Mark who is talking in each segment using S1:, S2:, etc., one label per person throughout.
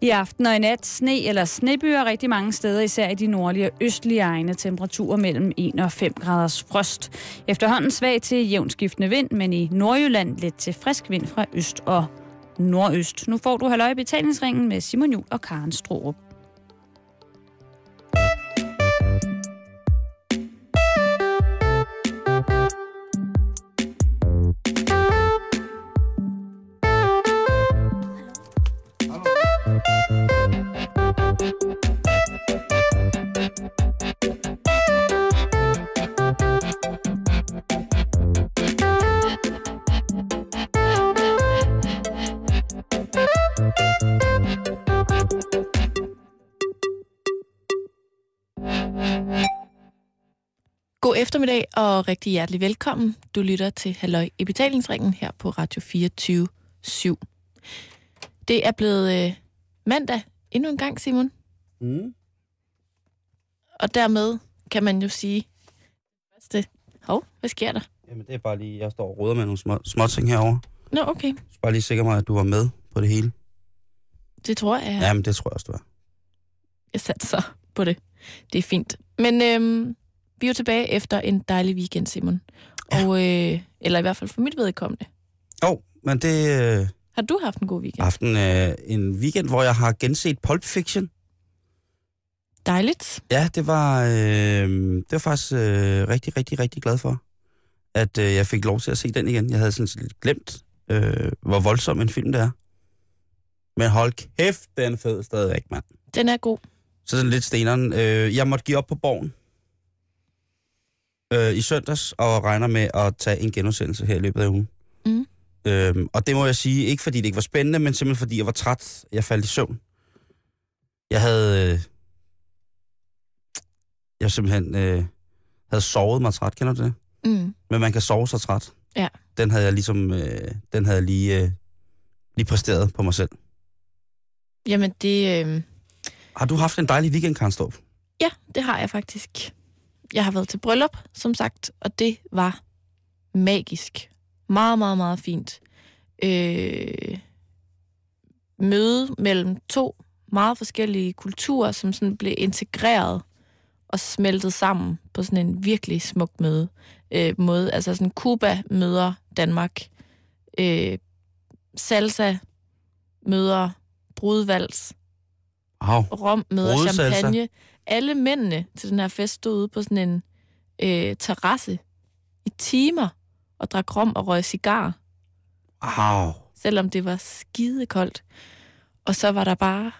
S1: I aften og i nat sne eller snebyer rigtig mange steder, især i de nordlige og østlige egne. Temperaturer mellem 1 og 5 graders frost. Efterhånden svag til jævnskiftende vind, men i Nordjylland lidt til frisk vind fra øst og nordøst. Nu får du halvøje betalingsringen med Simon Jul og Karen Strohrup.
S2: God eftermiddag og rigtig hjertelig velkommen. Du lytter til Halløj i betalingsringen her på Radio 24 7. Det er blevet øh, mandag endnu en gang, Simon.
S3: Mm.
S2: Og dermed kan man jo sige... Første. Hov, hvad sker der?
S3: Jamen, det er bare lige, jeg står og roder med nogle små, små ting herovre.
S2: Nå, okay.
S3: Jeg skal bare lige sikre mig, at du var med på det hele.
S2: Det tror jeg,
S3: Ja. Jamen, det tror jeg også, du er.
S2: jeg satser på det. Det er fint. Men øhm, vi er jo tilbage efter en dejlig weekend, Simon. Og, øh, eller i hvert fald for mit vedkommende.
S3: Jo, men det er øh,
S2: Har du haft en god weekend?
S3: aften øh, en weekend, hvor jeg har genset Pulp Fiction.
S2: Dejligt.
S3: Ja, det var, øh, det var faktisk øh, rigtig, rigtig, rigtig glad for, at øh, jeg fik lov til at se den igen. Jeg havde sådan set lidt glemt, øh, hvor voldsom en film det er. Men hold kæft, den er fed stadigvæk, mand.
S2: Den er god.
S3: Så sådan lidt steneren. Øh, jeg måtte give op på borgen øh, i søndags, og regner med at tage en genudsendelse her i løbet af ugen.
S2: Mm.
S3: Øhm, og det må jeg sige, ikke fordi det ikke var spændende, men simpelthen fordi jeg var træt. Jeg faldt i søvn. Jeg havde... Øh, jeg simpelthen øh, havde sovet mig træt, kender du det?
S2: Mm.
S3: Men man kan sove sig træt.
S2: Ja.
S3: Den havde jeg ligesom... Øh, den havde jeg lige, øh, lige præsteret på mig selv.
S2: Jamen, det... Øh,
S3: Har du haft en dejlig weekend, Karen Storp?
S2: Ja, det har jeg faktisk. Jeg har været til bryllup, som sagt, og det var magisk. Meget, meget, meget fint. Øh, møde mellem to meget forskellige kulturer, som sådan blev integreret og smeltet sammen på sådan en virkelig smuk møde, øh, måde. Altså sådan, Cuba møder Danmark. Øh, salsa møder brudvals.
S3: Wow.
S2: Rom møder
S3: Brudesalsa.
S2: champagne. Alle mændene til den her fest stod ude på sådan en øh, terrasse i timer og drak rom og røg cigar,
S3: Wow.
S2: selvom det var skide koldt. Og så var der bare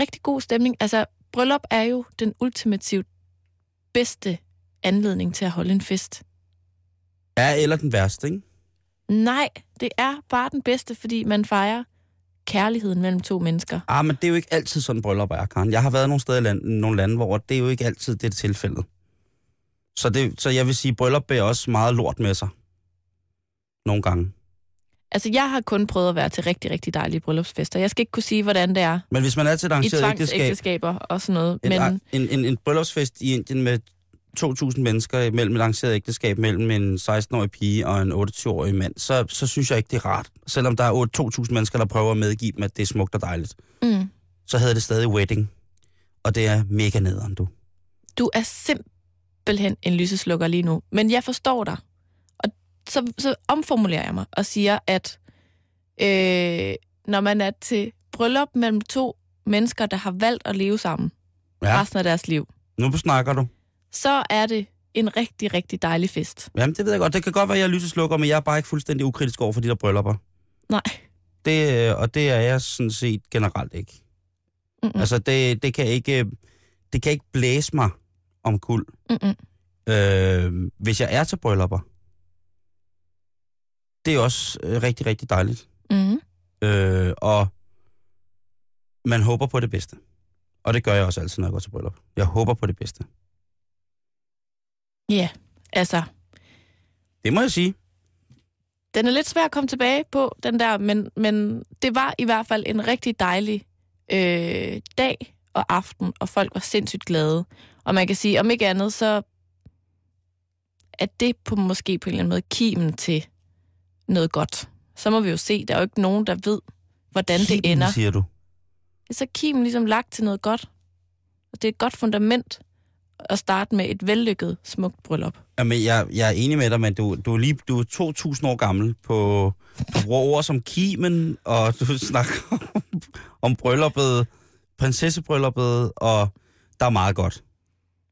S2: rigtig god stemning. Altså, bryllup er jo den ultimativt bedste anledning til at holde en fest.
S3: Ja, eller den værste, ikke?
S2: Nej, det er bare den bedste, fordi man fejrer kærligheden mellem to mennesker.
S3: Ah, men det er jo ikke altid sådan bryllup er, Karen. Jeg har været nogle steder i land, nogle lande, hvor det er jo ikke altid det er tilfældet. Så, det, så jeg vil sige, bryllup bærer også meget lort med sig. Nogle gange.
S2: Altså, jeg har kun prøvet at være til rigtig, rigtig dejlige bryllupsfester. Jeg skal ikke kunne sige, hvordan det er,
S3: Men hvis man er til et
S2: i
S3: arrangeret ægteskab,
S2: tvangsægteskaber og sådan noget.
S3: et,
S2: Men
S3: ar- en, en, en bryllupsfest i Indien med 2.000 mennesker mellem et arrangeret ægteskab, mellem en 16-årig pige og en 28-årig mand, så, så synes jeg ikke, det er rart. Selvom der er 8.000 mennesker, der prøver at medgive dem, at det er smukt og dejligt,
S2: mm,
S3: så hedder det stadig wedding. Og det er mega nederen, du.
S2: du er simpelthen en lyseslukker lige nu. Men jeg forstår dig. Og så, så omformulerer jeg mig og siger, at øh, når man er til bryllup mellem to mennesker, der har valgt at leve sammen ja.
S3: Ja,
S2: resten af deres liv,
S3: nu snakker du.
S2: så er det en rigtig, rigtig dejlig fest.
S3: Jamen, det ved jeg godt. Det kan godt være, at jeg er lyseslukker, men jeg er bare ikke fuldstændig ukritisk over for de der bryllupper.
S2: Nej.
S3: Det, øh, og det er jeg sådan set generelt ikke.
S2: Mm-mm.
S3: Altså, det, det, kan ikke, det kan ikke blæse mig om kul,
S2: Mm-mm.
S3: øh, hvis jeg er til bryllupper. Det er også øh, rigtig, rigtig dejligt.
S2: Mm-hmm.
S3: Øh, og man håber på det bedste. Og det gør jeg også altid, når jeg går til bryllup. Jeg håber på det bedste.
S2: Altså,
S3: Det må jeg sige.
S2: den er lidt svær at komme tilbage på, den der, men, men det var i hvert fald en rigtig dejlig øh, dag og aften, og folk var sindssygt glade. Og man kan sige, om ikke andet, så er det på, måske på en eller anden måde kimen til noget godt. Så må vi jo se, der er jo ikke nogen, der ved, hvordan det
S3: Kimen,
S2: ender.
S3: siger du.
S2: så er kimen ligesom lagt til noget godt. Og det er et godt fundament at starte med et vellykket, smukt bryllup.
S3: Jamen, jeg, jeg er enig med dig, men du, du er lige du er 2.000 år gammel. På, du bruger ord som kimen, og du snakker om, om brylluppet, prinsessebrylluppet, og der er meget godt.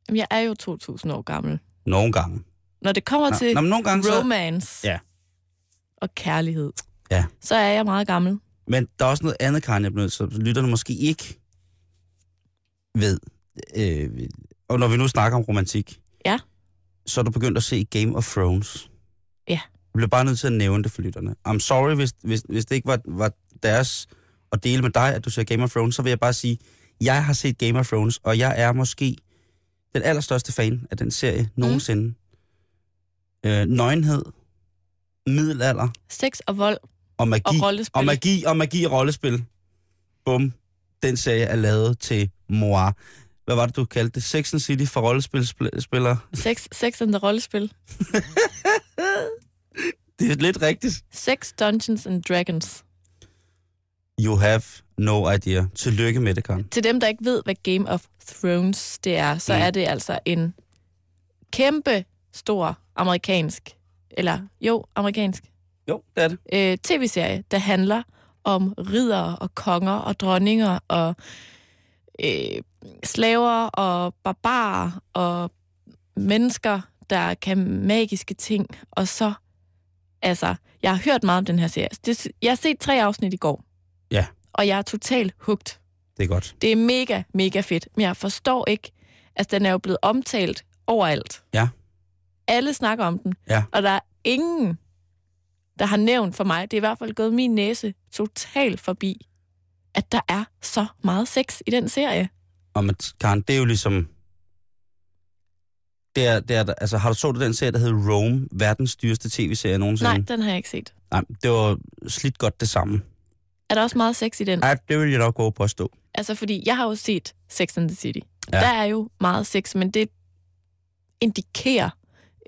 S2: Jamen, jeg er jo 2.000 år gammel.
S3: Nogle gange.
S2: Når det kommer til
S3: nå, men nogle gange så,
S2: romance
S3: Ja.
S2: og kærlighed,
S3: Ja.
S2: så er jeg meget gammel.
S3: Men der er også noget andet, Karen, jeg bliver nødt til, så lytterne måske ikke ved. Øh, og når vi nu snakker om romantik,
S2: Ja.
S3: så er du begyndt at se Game of Thrones.
S2: Ja.
S3: Jeg bliver bare nødt til at nævne det for lytterne. I'm sorry, hvis, hvis, hvis det ikke var, var deres at dele med dig, at du ser Game of Thrones, så vil jeg bare sige, jeg har set Game of Thrones, og jeg er måske den allerstørste fan af den
S2: Mhm.
S3: serie nogensinde. Mm. Øh, nøgenhed, middelalder
S2: Sex og vold
S3: og magi.
S2: og rollespil.
S3: Og magi, og magi og rollespil. Bum. Den serie er lavet til Moir. Hvad var det, du kaldte det? Sex and City for rollespilspillere.
S2: Sex, sex and the rollespil.
S3: Det er lidt rigtigt.
S2: Sex, Dungeons and Dragons.
S3: You have no idea. Tillykke med det, Karen.
S2: Til dem, der ikke ved, hvad Game of Thrones det er, så
S3: Mm.
S2: mm. er det altså en kæmpe stor amerikansk, eller jo, amerikansk
S3: Jo, det er det.
S2: øh, tv-serie, der handler om ridere og konger og dronninger og øh, slaver og barbarer og mennesker, der kan magiske ting. Og så, altså, jeg har hørt meget om den her serie. Det, jeg har set tre afsnit i går.
S3: Ja.
S2: Og jeg er totalt hugt.
S3: Det er godt.
S2: Det er mega, mega fedt, men jeg forstår ikke, altså den er jo blevet omtalt overalt.
S3: Ja.
S2: Alle snakker om den,
S3: Ja.
S2: og der er ingen, der har nævnt for mig, det er i hvert fald gået min næse totalt forbi, at der er så meget sex i den serie.
S3: Og men, Karen, det er jo ligesom... Det er, det er, der- altså, har du så du den serie, der hed Rome? Verdens dyreste tv-serie nogensinde?
S2: Nej, den har jeg ikke set.
S3: Nej, det var slidt godt det samme.
S2: Er der også meget sex i den?
S3: Nej, det vil jeg nok gå på at stå.
S2: Altså, fordi jeg har jo set Sex and the City.
S3: Ja.
S2: Ja. Der er jo meget sex, men det indikerer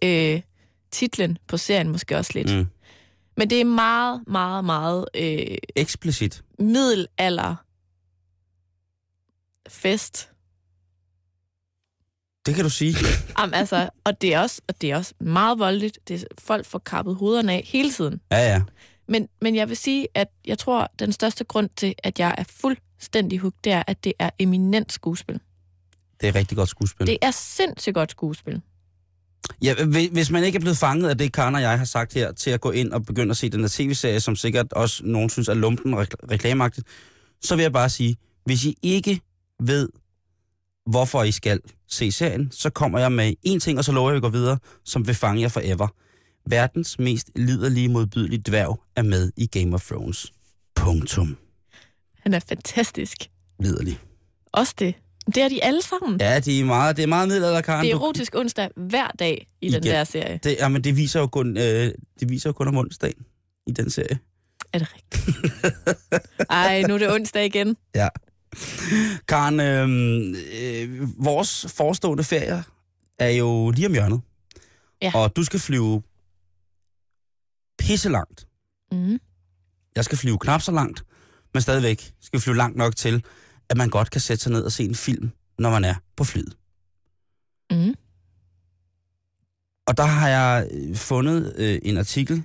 S2: øh, titlen på serien måske også lidt.
S3: Mm.
S2: Mm. Men det er meget, meget, meget øh,
S3: Eksplicit.
S2: middelalder fest.
S3: Det kan du sige.
S2: Jamen, altså, og, det er også, og det er også meget voldeligt. Det er, folk får kappet hovederne af hele tiden.
S3: Ja, ja.
S2: Men, men jeg vil sige, at jeg tror, den største grund til, at jeg er fuldstændig hooked, det er, at det er eminent skuespil.
S3: Det er rigtig godt skuespil.
S2: Det er sindssygt godt skuespil.
S3: Ja, hvi- hvis man ikke er blevet fanget af det, Karen og jeg har sagt her, til at gå ind og begynde at se den her tv-serie, som sikkert også nogen synes er lumpen og rekl- reklameagtigt, så vil jeg bare sige, hvis I ikke ved, hvorfor I skal se serien, så kommer jeg med en ting, og så lover jeg, at vi går videre, som vil fange jer forever. Verdens mest liderlige modbydelige dværg er med i Game of Thrones. Punktum.
S2: Han er fantastisk.
S3: Liderlig.
S2: Også det. Det er de alle sammen. Ja,
S3: Ja, det er meget, det er meget middelalder, Karen.
S2: det er
S3: Du-
S2: erotisk onsdag hver dag i
S3: Igen.
S2: den der serie.
S3: det, jamen, det viser jo kun, øh, det viser jo kun om onsdagen i den serie.
S2: Er det rigtigt? Ej, nu er det onsdag igen.
S3: Ja. Karen, øh, øh, vores forestående ferie er jo lige om hjørnet.
S2: Ja.
S3: Og du skal flyve pisse langt.
S2: Mm.
S3: Jeg skal flyve knap så langt, men stadigvæk skal vi flyve langt nok til, at man godt kan sætte sig ned og se en film, når man er på flyet.
S2: Mm.
S3: Og der har jeg øh, fundet øh, en artikel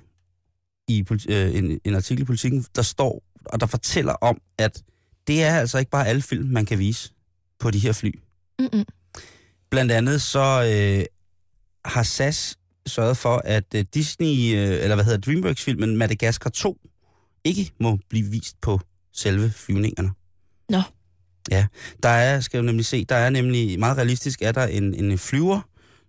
S3: i politi- øh, en, en artikel i politikken, der står og der fortæller om, at det er altså ikke bare alle film, man kan vise på de her fly.
S2: Mm-mm.
S3: Blandt andet så øh, har SAS sørget for, at øh, Disney, øh, eller hvad hedder Dreamworks-filmen Madagaskar 2, ikke må blive vist på selve flyvningerne.
S2: Nå.
S3: Ja, der er, skal du nemlig se, der er nemlig meget realistisk, er der en, en flyver,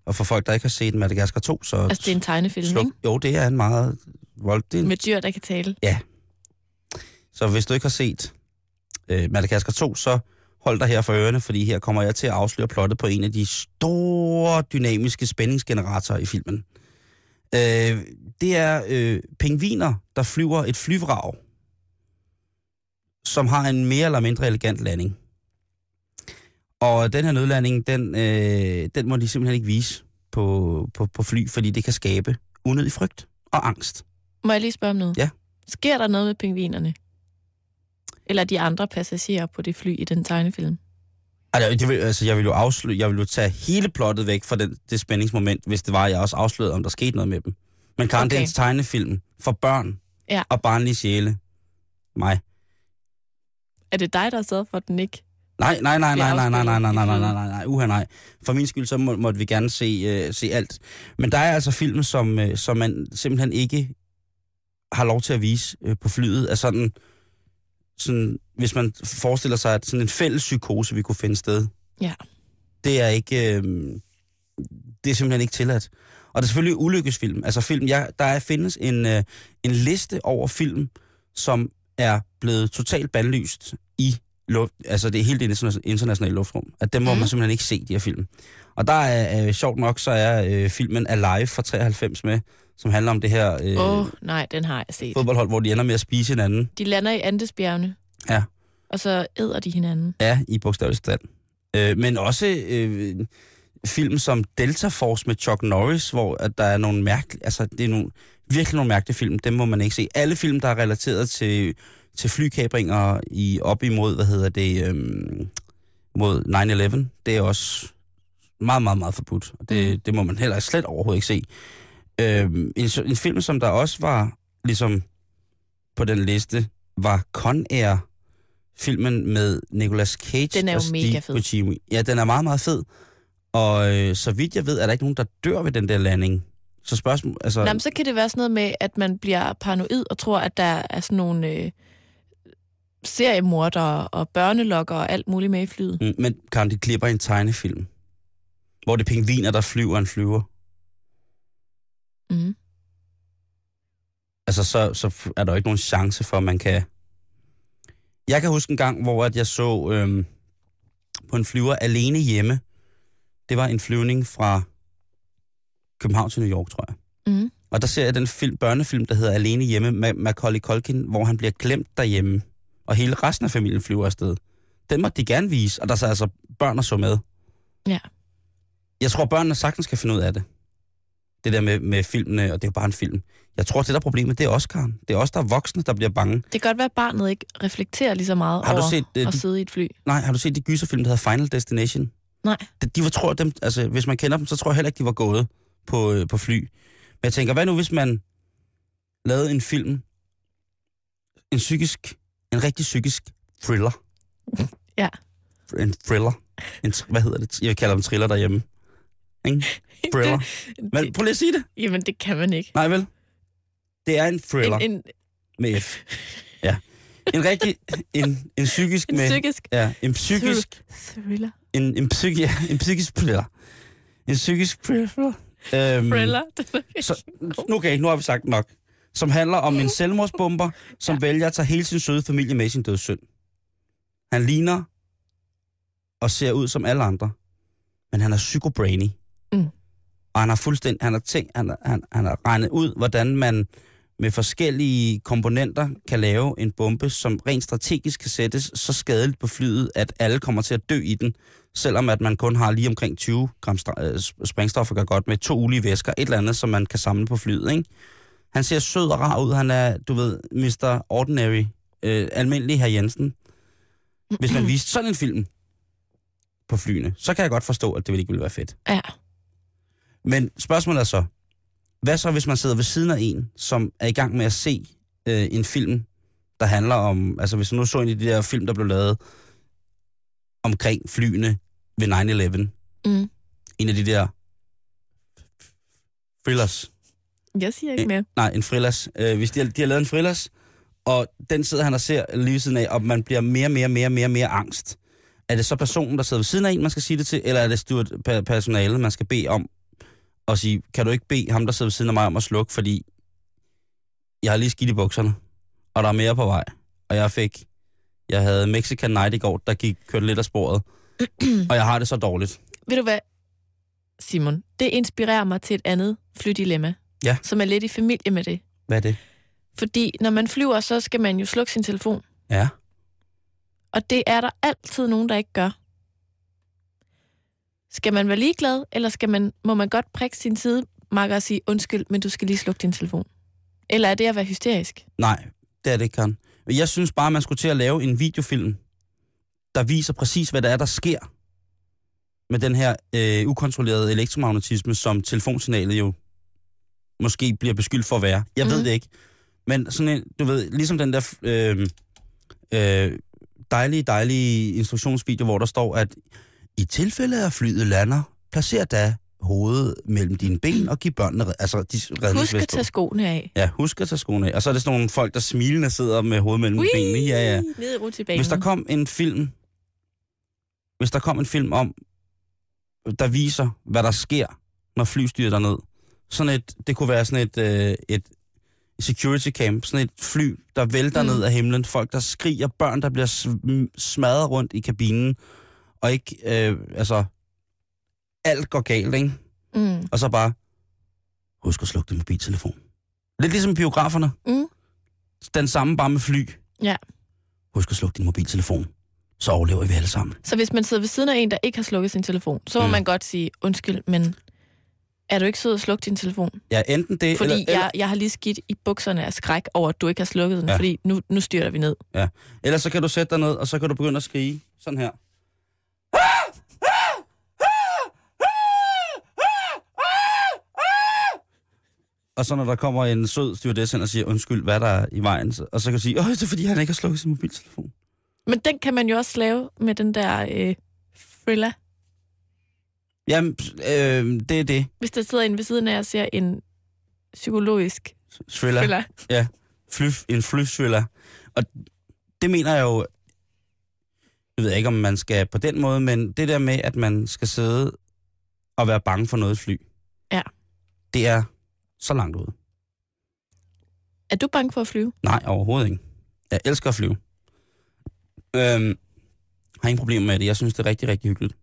S3: og for folk, der ikke har set Madagaskar 2, så...
S2: Altså, det er en tegnefilm,
S3: sluk-
S2: ikke?
S3: Jo, det er en meget vold. Det er en
S2: Med dyr, der kan tale.
S3: Så hvis du ikke har set øh, Madagaskar 2, så hold dig her for ørerne, fordi her kommer jeg til at afsløre plottet på en af de store dynamiske spændingsgeneratorer i filmen. Øh, det er øh, pingviner, der flyver et flyvrag, som har en mere eller mindre elegant landing. Og den her nødlanding, den, øh, den må de simpelthen ikke vise på, på, på fly, fordi det kan skabe unødig frygt og angst.
S2: Må jeg lige spørge om noget?
S3: Ja.
S2: Sker der noget med pingvinerne? Eller de andre passagerer på det fly i den tegnefilm.
S3: Altså, jeg vil, altså, jeg vil jo afsløre, jeg vil jo tage hele plottet væk fra den, det spændingsmoment, hvis det var, at jeg også afslørede, om der skete noget med dem. Men Karen
S2: Okay.
S3: okay. tegnefilm for børn
S2: Ja.
S3: og barnlige sjæle. Mig.
S2: Er det dig, der har sørget for, at den ikke...
S3: Nej, nej, nej, nej,
S2: Bliver
S3: nej, nej, nej, nej, nej, nej,
S2: afspillet i
S3: nej, nej, nej, uha, nej. For min skyld, så må, måtte vi gerne se, øh, se alt. Men der er altså film, som, øh, som man simpelthen ikke har lov til at vise øh, på flyet, er sådan, sådan, hvis man forestiller sig, at sådan en fælles psykose, vi kunne finde sted.
S2: Ja.
S3: Det er ikke, øh, det er simpelthen ikke tilladt. Og der er selvfølgelig ulykkesfilm. Altså film, ja, der er, findes en, øh, en liste over film, som er blevet totalt bandlyst i luft, altså det er helt det interna- internationale luftrum. At dem må
S2: Mhm.
S3: man simpelthen ikke se, de her film. Og der er, øh, sjovt nok, så er øh, filmen Alive fra 93 med, som handler om det her øh,
S2: Åh,
S3: oh.
S2: øh. oh, nej, den har jeg set.
S3: fodboldhold, hvor de ender med at spise hinanden.
S2: De lander i Andesbjergene.
S3: Ja.
S2: Og så æder de hinanden.
S3: Ja, i bogstavelig stand. Øh, men også øh, film som Delta Force med Chuck Norris, hvor at der er nogle mærkelige, altså det er nogle, virkelig nogle mærkelige film, dem må man ikke se. Alle film, der er relateret til, til flykabringer i, op imod, hvad hedder det, øhm, mod 9-11, det er også meget, meget, meget forbudt. Og
S2: Mhm.
S3: Det, det må man heller slet overhovedet ikke se. Øhm, en, så- en film, som der også var ligesom på den liste, var Con Air, filmen med Nicolas Cage
S2: Den er jo
S3: og Steve
S2: mega fed.
S3: Buscemi. Ja, den er meget, meget fed. Og øh, så vidt jeg ved, er der ikke nogen, der dør ved den der landing. Så spørgsmål, altså...
S2: Nå, men så kan det være sådan noget med, at man bliver paranoid og tror, at der er sådan nogle øh, seriemordere og børnelokker og alt muligt med i flyet.
S3: Mm, Men Karen, de klipper en tegnefilm, hvor det er pingviner, der flyver en flyver.
S2: Mm.
S3: Altså, så, så er der jo ikke nogen chance for, at man kan... Jeg kan huske en gang, hvor at jeg så øhm, på en flyver alene hjemme. Det var en flyvning fra København til New York, tror jeg.
S2: Mm.
S3: Og der ser jeg den film, børnefilm, der hedder Alene Hjemme med Macaulay Culkin, hvor han bliver glemt derhjemme. Og hele resten af familien flyver afsted. Den måtte de gerne vise, og der sad altså børn og så med.
S2: Ja.
S3: Jeg tror, børnene sagtens kan finde ud af det. Det der med, med filmene, og det er jo bare en film. Jeg tror, det der er problemet, det er Oscar'en. Det er os, der er voksne, der bliver bange.
S2: Det kan godt være, at barnet ikke reflekterer lige så meget
S3: Har
S2: over
S3: du set, øh,
S2: at
S3: de,
S2: sidde i et fly.
S3: nej, har du set de gyserfilm, der hedder Final Destination?
S2: Nej.
S3: De, de var, tror, dem, altså, hvis man kender dem, så tror jeg heller ikke, de var gået på, øh, på fly. Men jeg tænker, hvad nu hvis man lavede en film, en psykisk, en rigtig psykisk thriller.
S2: Ja.
S3: En thriller. En, tr- hvad hedder det? Jeg kalder dem thriller derhjemme. Ikke? Thriller. Men
S2: det,
S3: prøv lige at sige det.
S2: jamen, det kan man ikke.
S3: Nej vel? Det er en thriller
S2: En, en,
S3: med F. Ja. En rigtig, en, en psykisk
S2: en
S3: med...
S2: psykisk
S3: Ja, en psykisk
S2: thriller.
S3: en, en, psyki, ja, en psykisk thriller. En psykisk thriller. Øhm,
S2: Thriller.
S3: Så, nu, okay, nu har vi sagt nok. Som handler om en selvmordsbomber, som ja. vælger at tage hele sin søde familie med i sin dødssynd. Han ligner og ser ud som alle andre, men han er psykobrainy.
S2: Mm.
S3: Og han har fuldstændig, han har tænkt, han, har- han, han har regnet ud, hvordan man med forskellige komponenter kan lave en bombe, som rent strategisk kan sættes så skadeligt på flyet, at alle kommer til at dø i den, selvom at man kun har lige omkring 20 gram stra- øh, sp- sprængstoffer, gør godt med to ulige væsker, et eller andet, som man kan samle på flyet. Ikke? Han ser sød og rar ud. Han er, du ved, Mr. Ordinary, øh, almindelig herr Jensen. Hvis man viste sådan en film på flyene, så kan jeg godt forstå, at det ville ikke ville være fedt.
S2: Ja.
S3: Men spørgsmålet er så, hvad så hvis man sidder ved siden af en, som er i gang med at se øh, en film, der handler om, altså hvis du nu så en i de der film, der blev lavet omkring flyene ved 9-11,
S2: Mm.
S3: en af de der thrillers,
S2: Jeg siger ikke mere.
S3: nej, en thrillers, øh, hvis de har, de har lavet en thrillers, og den sidder han og ser lige ved siden af, og man bliver mere, mere, mere, mere, mere angst. Er det så personen, der sidder ved siden af en, man skal sige det til, eller er det stort personale, man skal bede om at sige, kan du ikke bede ham, der sidder ved siden af mig, om at slukke, fordi jeg har lige skidt i bukserne, og der er mere på vej. Og jeg fik, jeg havde Mexican Night i går, der gik, kørte lidt af sporet, og jeg har det så dårligt.
S2: Ved du hvad, Simon? Det inspirerer mig til et andet flydilemma,
S3: Ja.
S2: som er lidt i familie med det.
S3: Hvad er det?
S2: Fordi når man flyver, så skal man jo slukke sin telefon.
S3: Ja.
S2: Og det er der altid nogen, der ikke gør. Skal man være ligeglad, eller skal man, må man godt prikke sin sidemarker og sige, undskyld, men du skal lige slukke din telefon? Eller er det at være hysterisk?
S3: Nej, det er det ikke, Karen. Jeg synes bare, man skulle til at lave en videofilm, der viser præcis, hvad der er, der sker med den her øh, ukontrollerede elektromagnetisme, som telefonsignalet jo måske bliver beskyldt for at være. Jeg mm. ved
S2: Mhm.
S3: det ikke. Men sådan en, du ved, ligesom den der øh, øh, dejlige, dejlige instruktionsvideo, hvor der står, at i tilfælde af at flyet lander, placer da hovedet mellem dine ben og giv børnene red- altså, de
S2: Husk at
S3: redningsvest på.
S2: tage skoene af.
S3: Ja, husk at tage skoene af. Og så er det sådan nogle folk, der smilende sidder med hovedet mellem
S2: Ui,
S3: benene. Ja, ja.
S2: Ned i rutsjebanen.
S3: Hvis der kom en film, hvis der kom en film om, der viser, hvad der sker, når fly styrer ned. Sådan et, det kunne være sådan et, øh, et security camp, sådan et fly, der vælter
S2: Mm.
S3: mm. ned af himlen, folk, der skriger, børn, der bliver sm- smadret rundt i kabinen, og ikke, øh, altså, alt går galt, ikke?
S2: Mm.
S3: Og så bare, husk at slukke din mobiltelefon. Lidt ligesom biograferne.
S2: Mm.
S3: Den samme bare med fly.
S2: Ja.
S3: Husk at slukke din mobiltelefon. Så overlever vi alle sammen.
S2: Så hvis man sidder ved siden af en, der ikke har slukket sin telefon, så må
S3: Mm.
S2: mm. man godt sige, undskyld, men er du ikke sød at slukke din telefon?
S3: Ja, enten det,
S2: Fordi
S3: eller, eller,
S2: jeg, jeg har lige skidt i bukserne af skræk over, at du ikke har slukket den,
S3: Ja.
S2: ja. fordi nu, nu styrer vi ned.
S3: eller så kan du sætte dig ned, og så kan du begynde at skrige sådan her. Og så når der kommer en sød stewardess hen og siger, undskyld, hvad er der i vejen? Så- Og så kan du sige, åh, det er fordi, han ikke har slukket sin mobiltelefon.
S2: Men den kan man jo også lave med den der øh, thriller.
S3: Jamen, øh, det er det.
S2: Hvis der sidder en ved siden af og ser en psykologisk
S3: Thriller.
S2: thriller.
S3: fly, en flythriller. Og det mener jeg jo, jeg ved ikke, om man skal på den måde, men det der med, at man skal sidde og være bange for noget fly,
S2: Ja.
S3: det er så langt ude.
S2: Er du bange for at flyve?
S3: Nej, overhovedet ikke. Jeg elsker at flyve. Øhm, har ingen problemer med det. Jeg synes, det er rigtig, rigtig hyggeligt.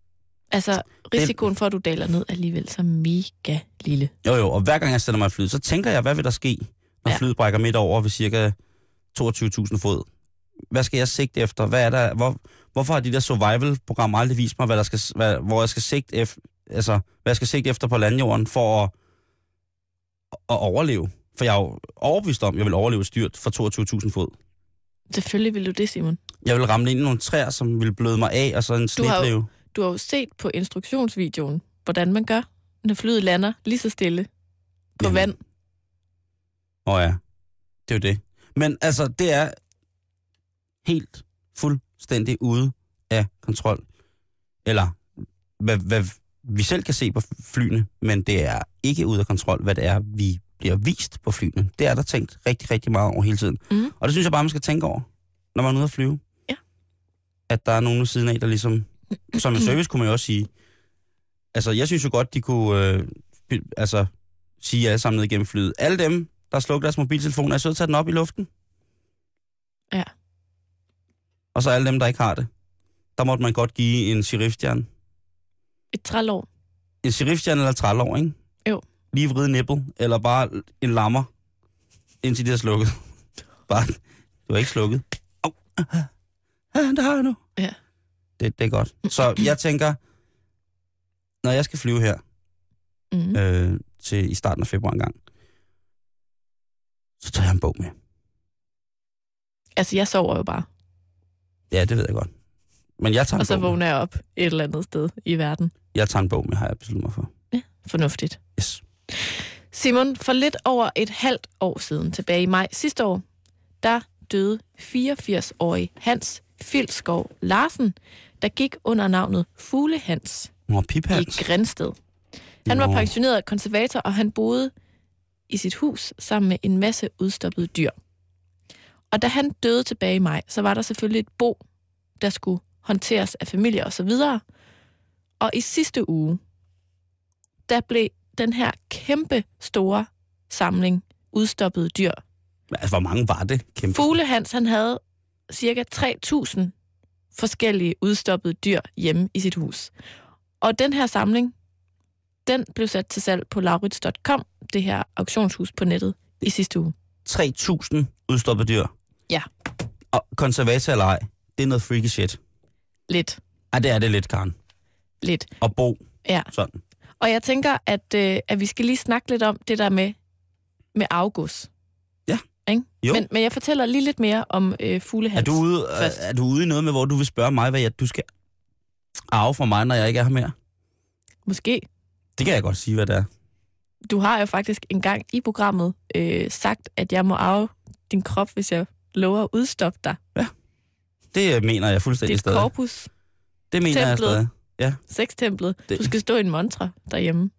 S2: Altså, risikoen for, at du daler ned er alligevel så mega lille.
S3: Jo, jo, og hver gang jeg sætter mig i flyet, så tænker jeg, hvad vil der ske, når ja.
S2: Ja.
S3: flyet brækker midt over ved cirka 22.000 fod? Hvad skal jeg sigte efter? Hvad er der, hvor, hvorfor har de der survival-programmer aldrig vist mig, hvad der skal, hvad, hvor jeg skal sigte efter, altså, hvad jeg skal sigte efter på landjorden for at, at overleve? For jeg er jo overbevist om, at jeg vil overleve styrt for 22.000 fod.
S2: Selvfølgelig vil du det, Simon.
S3: Jeg vil ramle ind i nogle træer, som vil bløde mig af, og så en
S2: har jo-
S3: sneblive.
S2: Du har jo set på instruktionsvideoen, hvordan man gør, når flyet lander lige så stille på
S3: Jamen.
S2: Jamen. vand.
S3: Åh ja, det er jo det. Men altså, det er helt fuldstændig ude af kontrol. Eller hvad, hvad vi selv kan se på flyene, men det er ikke ude af kontrol, hvad det er, vi bliver vist på flyene. Det er der tænkt rigtig, rigtig meget over hele tiden.
S2: Mhm.
S3: Og det synes jeg bare, man skal tænke over, når man er ude at flyve.
S2: Ja.
S3: At der er nogen ved siden af, der ligesom... Som en service kunne man jo også sige... Altså, jeg synes jo godt, de kunne... Øh, bi- altså, sige alle sammen ned gennem flyet. Alle dem, der har slukket deres mobiltelefon, er søde at tage den op i luften.
S2: Ja.
S3: Og så alle dem, der ikke har det. Der måtte man godt give en sheriffstjerne.
S2: Et trælår.
S3: En sheriffstjerne eller trælår, ikke?
S2: Jo.
S3: Lige vride nippel, eller bare en lammer, indtil de har slukket. Bare, du har ikke slukket. Au. Ja, der har jeg nu.
S2: Ja.
S3: Det, det er godt. Så jeg tænker, når jeg skal flyve her,
S2: Mm.
S3: øh, til i starten af februar engang. Så tager jeg en bog med.
S2: Altså, jeg sover jo bare,
S3: Ja, det ved jeg godt. Men jeg tager,
S2: og
S3: en
S2: så
S3: bog med.
S2: vågner jeg op et eller andet sted i verden.
S3: jeg tager en bog med, har jeg besluttet mig for.
S2: Fornuftigt.
S3: Yes.
S2: Simon, for lidt over et halvt år siden, tilbage i maj sidste år, der døde 84-årig Hans Filskov Larsen, der gik under navnet Fugle Hans
S3: Nå,
S2: i
S3: piphals.
S2: Grænsted. Han var
S3: Nå.
S2: pensioneret konservator, og han boede i sit hus sammen med en masse udstoppede dyr. Og da han døde tilbage i maj, så var der selvfølgelig et bo, der skulle håndteres af familie og så videre. Og i sidste uge, der blev den her kæmpe store samling udstoppede dyr.
S3: Altså, hvor mange var det? Kæmpe.
S2: Fugle Hans, han havde cirka 3.000 forskellige udstoppede dyr hjemme i sit hus. Og den her samling, den blev sat til salg på laurits.com, det her auktionshus på nettet, i sidste uge.
S3: 3.000 udstoppede dyr.
S2: Ja.
S3: Og konservator eller ej, det er noget freaky shit.
S2: Lidt,
S3: Ej, det er det lidt, Karen.
S2: lidt.
S3: Og bo,
S2: Ja.
S3: sådan.
S2: Og jeg tænker, at, øh, at vi skal lige snakke lidt om det der med, med August.
S3: Ja.
S2: Ikke?
S3: Jo.
S2: Men, men jeg fortæller lige lidt mere om øh, fuglehals.
S3: Er du, ude,
S2: først.
S3: er du ude i noget med, hvor du vil spørge mig, hvad jeg, du skal arve fra mig, når jeg ikke er her mere?
S2: Måske.
S3: Det kan jeg godt sige, hvad det er.
S2: Du har jo faktisk engang i programmet øh, sagt, at jeg må arve din krop, hvis jeg lover at udstoppe dig.
S3: Det øh, mener jeg
S2: Det
S3: fuldstændig
S2: er et
S3: stadig.
S2: korpus.
S3: Det mener jeg
S2: templet.
S3: stadig.
S2: Sextemplet.
S3: Det-
S2: Du skal stå i en mantra derhjemme.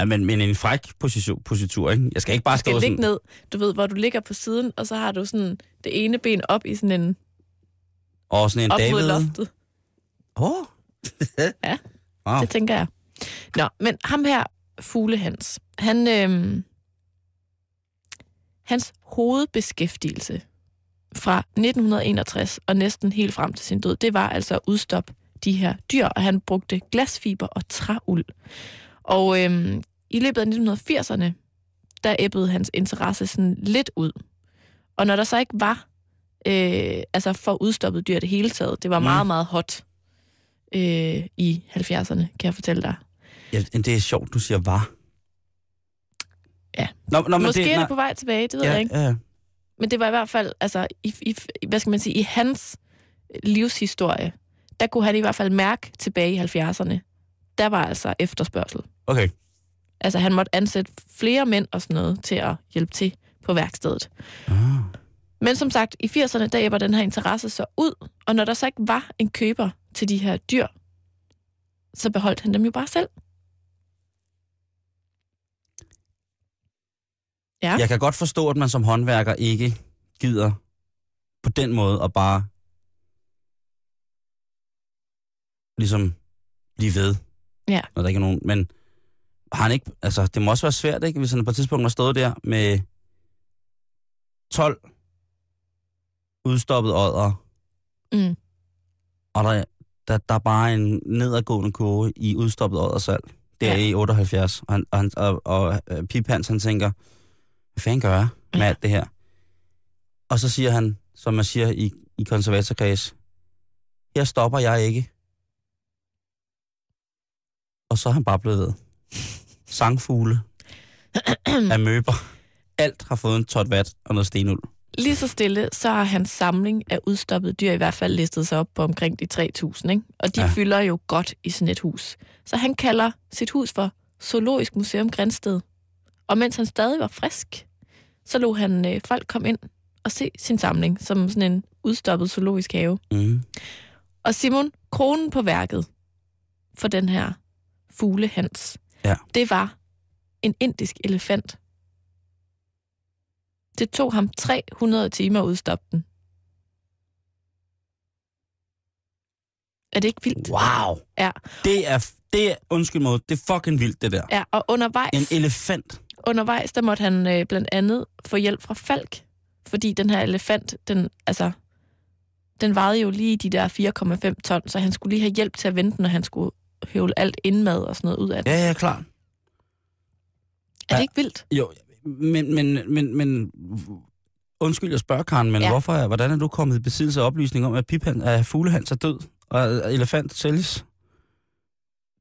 S3: Ja, men, men en fræk position, positur, ikke? Jeg skal ikke bare
S2: Du
S3: stå
S2: skal
S3: sådan...
S2: ligge ned, du ved, hvor du ligger på siden, og så har du sådan det ene ben op i sådan en,
S3: Og sådan en
S2: op mod
S3: David...
S2: loftet.
S3: Åh! Oh.
S2: Ja.
S3: Wow.
S2: Det tænker jeg. Nå, men ham her, Fuglehans, han, øhm, hans hovedbeskæftigelse fra 1961 og næsten helt frem til sin død, det var altså at udstoppe de her dyr, og han brugte glasfiber og træuld. Og øhm, i løbet af 1980'erne, der æbbede hans interesse sådan lidt ud. Og når der så ikke var, øh, altså for udstoppet dyr det hele taget, det var
S3: Mm.
S2: meget, meget hot øh, i 70'erne, kan jeg fortælle dig.
S3: Ja, men det er sjovt, du siger var.
S2: Ja.
S3: Nå, nå, men
S2: Måske
S3: det,
S2: er
S3: nej.
S2: det på vej tilbage, det ved
S3: ja,
S2: jeg ikke.
S3: Ja, ja.
S2: Men det var i hvert fald, altså, i, i, hvad skal man sige, i hans øh, livshistorie, der kunne han i hvert fald mærke tilbage i 70'erne, der var altså efterspørgsel.
S3: Okay.
S2: Altså, han måtte ansætte flere mænd og sådan noget til at hjælpe til på værkstedet.
S3: Ah.
S2: Men som sagt, i 80'erne, der æbber den her interesse så ud, og når der så ikke var en køber til de her dyr, så beholdt han dem jo bare selv. Ja.
S3: Jeg kan godt forstå, at man som håndværker ikke gider på den måde at bare ligesom blive ved,
S2: Ja.
S3: når der ikke er nogen. Men har han ikke, altså, det må også være svært, ikke, hvis han på et tidspunkt har stået der med 12 udstoppet ådder,
S2: Mm.
S3: og der, der, der er bare en nedadgående kurve i udstoppet åddersalg. Det er
S2: Ja.
S3: ja. i 78, og, han, og, han- og, og, og Pip Hans, han tænker, hvad fanden gør jeg med
S2: Ja.
S3: alt det her? Og så siger han, som man siger i, i konservatorkreds, her stopper jeg ikke. Og så er han bare blevet ved. Sangfugle, amøber, alt har fået en tot vat og noget stenuld.
S2: Lige så stille, så har hans samling af udstoppede dyr i hvert fald listet sig op på omkring de 3.000, ikke? og de ja.
S3: Ja.
S2: fylder jo godt i sådan et hus. Så han kalder sit hus for Zoologisk Museum Grænsted. Og mens han stadig var frisk, så lå han øh, folk komme ind og se sin samling som sådan en udstoppet zoologisk have.
S3: Mm.
S2: Og Simon, kronen på værket for den her fuglehans,
S3: Ja.
S2: det var en indisk elefant. Det tog ham 300 timer at udstoppe den. Er det ikke vildt?
S3: Wow!
S2: Ja.
S3: Det er, det er, undskyld mig, det er fucking vildt, det der.
S2: Ja, og undervejs,
S3: En elefant.
S2: undervejs der måtte han øh, blandt andet få hjælp fra Falk, fordi den her elefant, den, altså, den vejede jo lige de der 4,5 ton, så han skulle lige have hjælp til at vente, når han skulle høvle alt indmad og sådan noget ud af den.
S3: Ja, ja, klart.
S2: Er det ikke vildt?
S3: Jo, men, men, men, men undskyld, jeg spørger, Karen, men
S2: Ja.
S3: ja. hvorfor, er- hvordan er du kommet i besiddelse af oplysning om, at, piphan, at fuglehans er død, og at elefant sælges?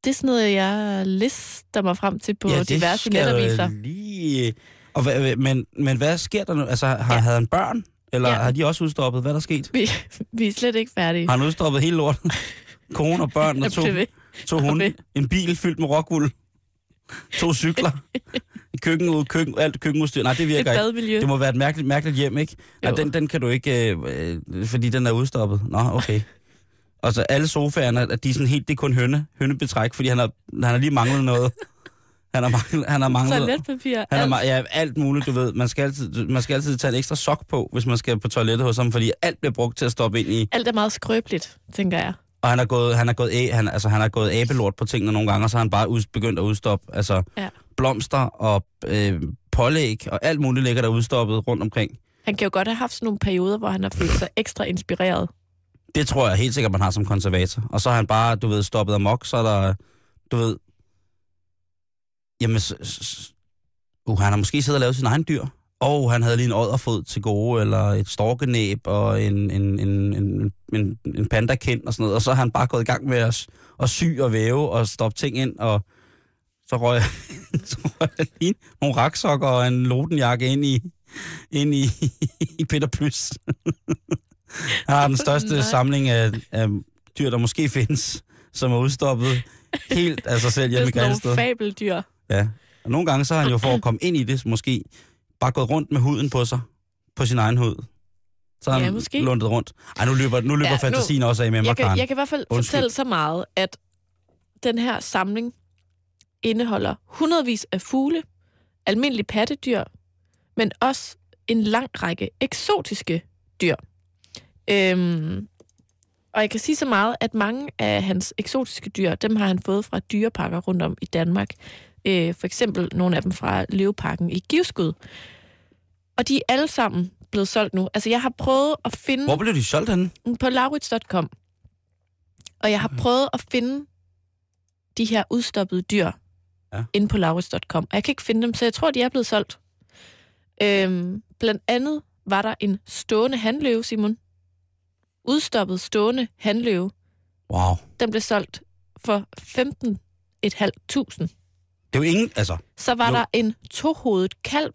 S2: Det er sådan noget, jeg lister mig frem til på ja,
S3: det
S2: diverse
S3: skal jeg jo
S2: netaviser.
S3: Lige... Og hvad, hvad- men, men hvad sker der nu? Altså, har,
S2: Ja.
S3: ja. havde han børn? Eller
S2: Ja.
S3: ja. har de også udstoppet? Hvad er der sket?
S2: Vi, vi er slet ikke færdige.
S3: Har han udstoppet hele lorten? Kone og børn
S2: Jeg
S3: og to,
S2: blev ved.
S3: to hunde. En bil fyldt med rockwool. To cykler. Køkken, køkken, alt køkkenudstyr. Nej, det
S2: Et
S3: virker ikke.
S2: badmiljø.
S3: Det må være et mærkeligt, mærkeligt hjem, ikke? Nej,
S2: Jo.
S3: den, den kan du ikke, øh, øh, fordi den er udstoppet. Nå, okay. Og så alle sofaerne, at de er sådan helt, det er kun hønne, hønnebetræk, fordi han har, han har lige manglet noget. Han har manglet, han har manglet,
S2: Toiletpapir.
S3: han har,
S2: alt.
S3: ma- ja, alt muligt, du ved. Man skal, altid, man skal altid tage en ekstra sok på, hvis man skal på toilettet hos ham, fordi alt bliver brugt til at stoppe ind i.
S2: Alt er meget skrøbeligt, tænker jeg.
S3: Og han har gået, han har gået, æ, han, altså, han har gået abelort på tingene nogle gange, og så har han bare ud, begyndt at udstoppe. Altså,
S2: Ja.
S3: blomster og øh, pålæg og alt muligt ligger der udstoppet rundt omkring.
S2: Han kan jo godt have haft sådan nogle perioder, hvor han har følt sig ekstra inspireret.
S3: Det tror jeg helt sikkert, man har som konservator. Og så har han bare, du ved, stoppet amok, så er der, du ved... Jamen, s- s- uh, han har måske siddet og lavet sin egen dyr. Og han havde lige en ådderfod til gode, eller et storkenæb, og en, en, en, en, en, en pandakind og sådan noget. Og så har han bare gået i gang med at, s- at sy og væve og stoppe ting ind, og så røg, så røg jeg lige nogle raksokker og en lodenjakke ind i, ind i, i Peter Plys. Han har den største
S2: Nej.
S3: samling af, af dyr, der måske findes, som er udstoppet helt af sig selv
S2: det er
S3: hjemme i
S2: sådan nogle
S3: Grænsted.
S2: fabeldyr.
S3: Ja. Og nogle gange så har han jo for at komme ind i det, måske bare gået rundt med huden på sig, på sin egen hud. Så har
S2: Ja,
S3: han
S2: måske.
S3: lundet rundt. Ej, nu løber, nu løber
S2: Ja,
S3: ja,
S2: nu-
S3: fantasien nu, også af med mig,
S2: Jeg
S3: Karen.
S2: kan, jeg kan i hvert fald
S3: Undskyld.
S2: Undskyld. fortælle så meget, at den her samling indeholder hundredvis af fugle, almindelige pattedyr, men også en lang række eksotiske dyr. Øhm, og jeg kan sige så meget, at mange af hans eksotiske dyr, dem har han fået fra dyreparker rundt om i Danmark. Øh, for eksempel nogle af dem fra Løveparken i Givskud. Og de er alle sammen blevet solgt nu. Altså, jeg har prøvet at finde
S3: Hvor blev de solgt henne?
S2: på laurits.com, og jeg har prøvet at finde de her udstoppede dyr
S3: Ja.
S2: ja. inde på laurits.com, og jeg kan ikke finde dem, så jeg tror, de er blevet solgt. Øhm, blandt andet var der en stående handløve, Simon. Udstoppet stående handløve.
S3: Wow.
S2: Den blev solgt for 15.500.
S3: Det er jo ingen, altså,
S2: Så var
S3: Jo.
S2: jo. der en tohovedet kalv,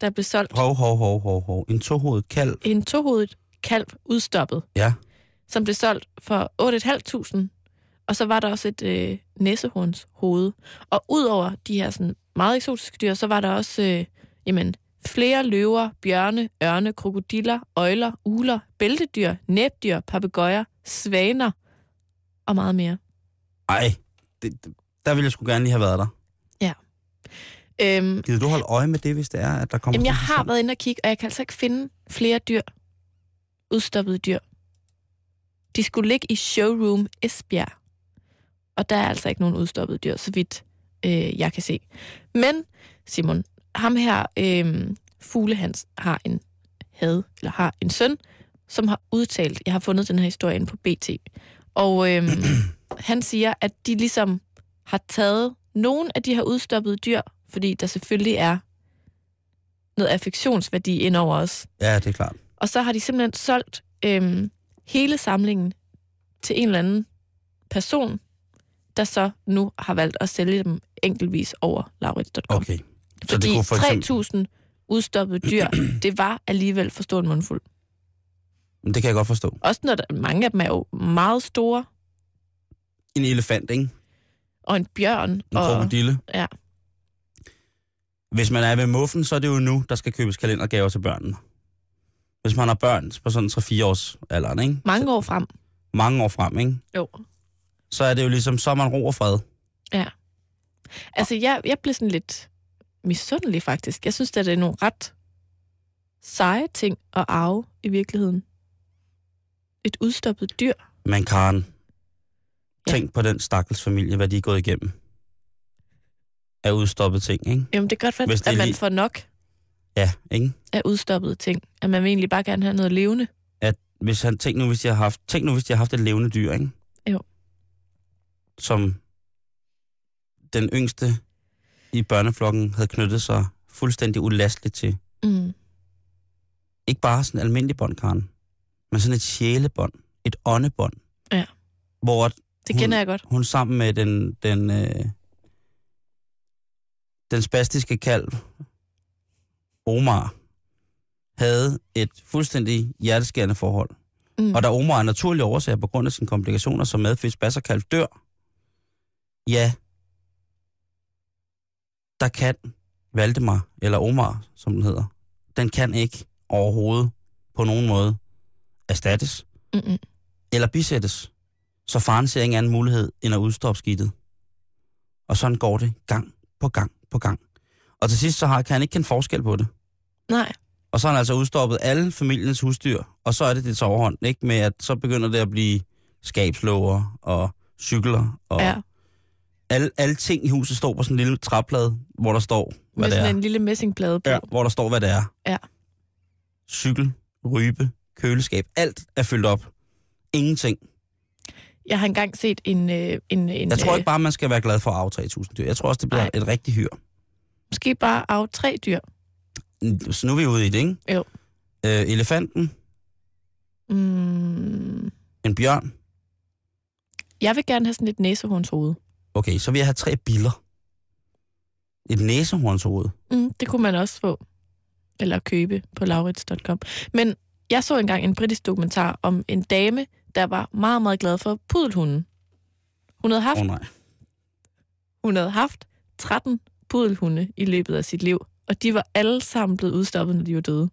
S2: der blev solgt.
S3: hov, hov, hov, hov, hov. En tohovedet kalv.
S2: En tohovedet kalv udstoppet.
S3: Ja.
S2: som blev solgt for 8.500. Og så var der også et øh, næsehorns hoved. Og udover de her sådan, meget eksotiske dyr, så var der også øh, jamen, flere løver, bjørne, ørne, krokodiller, øjler, uler, bæltedyr, næbdyr, papegøjer, svaner og meget mere.
S3: Ej, det, det- der ville jeg sgu gerne lige have været der.
S2: Øhm,
S3: Gider du holde øje med det, hvis det er, at der kommer...
S2: jamen, jeg
S3: sådan en
S2: har
S3: person?
S2: været inde og kigge, og jeg kan altså ikke finde flere dyr. Udstoppede dyr. De skulle ligge i showroom Esbjerg. Og der er altså ikke nogen udstoppede dyr, så vidt øh, jeg kan se. Men, Simon, ham her, øh, Fugle Hans, har en had, eller har en søn, som har udtalt, jeg har fundet den her historie inde på BT, og øh, han siger, at de ligesom har taget nogle af de her udstoppede dyr, fordi der selvfølgelig er noget affektionsværdi ind over os.
S3: Ja, det er klart.
S2: Og så har de simpelthen solgt øhm, hele samlingen til en eller anden person, der så nu har valgt at sælge dem enkeltvis over laurits.com.
S3: Okay. så det
S2: Fordi
S3: kunne for eksempel-
S2: 3.000 udstoppede dyr, det var alligevel for stor en mundfuld.
S3: Men det kan jeg godt forstå.
S2: Også når der, mange af dem er jo meget store,
S3: En elefant, ikke?
S2: og en bjørn,
S3: En
S2: og
S3: krokodille.
S2: ja.
S3: Hvis man er ved muffen, så er det jo nu, der skal købes kalendergaver til børnene. Hvis man har børn på sådan 3-4 års alderen, ikke?
S2: mange år frem.
S3: Mange år frem, ikke?
S2: Jo.
S3: Så er det jo ligesom, så er man ro og fred.
S2: Altså, jeg, jeg blev sådan lidt misundelig, faktisk. Jeg synes, at det er nogle ret seje ting at arve i virkeligheden. Et udstoppet dyr.
S3: Men Karen,
S2: Ja.
S3: tænk på den stakkels familie, hvad de er gået igennem. Af udstoppet ting, ikke?
S2: Jamen, det er godt,
S3: Hvis
S2: at,
S3: det er
S2: at man
S3: lige-
S2: får nok
S3: Ja, ikke?
S2: af udstoppede ting. At man vil egentlig bare gerne have noget levende.
S3: hvis han, tænk, nu, hvis de har haft, tænk nu, hvis de har haft et levende dyr, ikke?
S2: Jo.
S3: Som den yngste i børneflokken havde knyttet sig fuldstændig ulasteligt til.
S2: Mm.
S3: Ikke bare sådan en almindelig bånd, Karen, men sådan et sjælebånd, et åndebånd.
S2: Ja.
S3: Hvor at
S2: Det
S3: Hun-
S2: kender jeg godt.
S3: hun sammen med den, den, øh, den spastiske kalv, Omar, havde et fuldstændig hjerteskærende forhold.
S2: Mm.
S3: Og da Omar af naturlige årsager på grund af sine komplikationer som medfødt spasserkalv dør, ja, der kan Valdemar, eller Omar, som den hedder, den kan ikke overhovedet på nogen måde erstattes
S2: Mm-mm.
S3: eller bisættes. Så faren ser ingen anden mulighed end at udstoppe skidtet. Og sådan går det gang på gang på gang. Og til sidst så har, kan han ikke kende forskel på det.
S2: Nej,
S3: Og så har han altså udstoppet alle familiens husdyr, og så er det det overhånd, ikke? Med at så begynder det at blive skabslåger og cykler, og
S2: ja.
S3: ja. alle, alle ting i huset står på sådan en lille træplade, hvor der står, hvad
S2: Med
S3: det er.
S2: sådan en lille messingplade på.
S3: Ja, hvor der står, hvad det er.
S2: Ja.
S3: Cykel, rybe, køleskab, alt er fyldt op. Ingenting.
S2: Jeg har engang set en... Øh, en, en
S3: Jeg tror
S2: øh,
S3: ikke bare, man skal være glad for at arve 3.000 dyr. Jeg tror også, det bliver
S2: Nej.
S3: et rigtigt hyr.
S2: Måske bare arve tre dyr.
S3: Så nu er vi ude i det, ikke?
S2: Jo.
S3: Øh, elefanten,
S2: Mm.
S3: en bjørn.
S2: Jeg vil gerne have sådan et næsehornshoved.
S3: Okay, så vil jeg have tre biller. Et næsehornshoved.
S2: Mm, det kunne man også få. eller købe på laurits.com. Men jeg så engang en britisk dokumentar om en dame, der var meget, meget glad for pudelhunden. Hun havde haft,
S3: Åh oh, nej.
S2: hun havde haft 13 pudelhunde i løbet af sit liv, og de var alle sammen blevet udstoppet, når de var døde.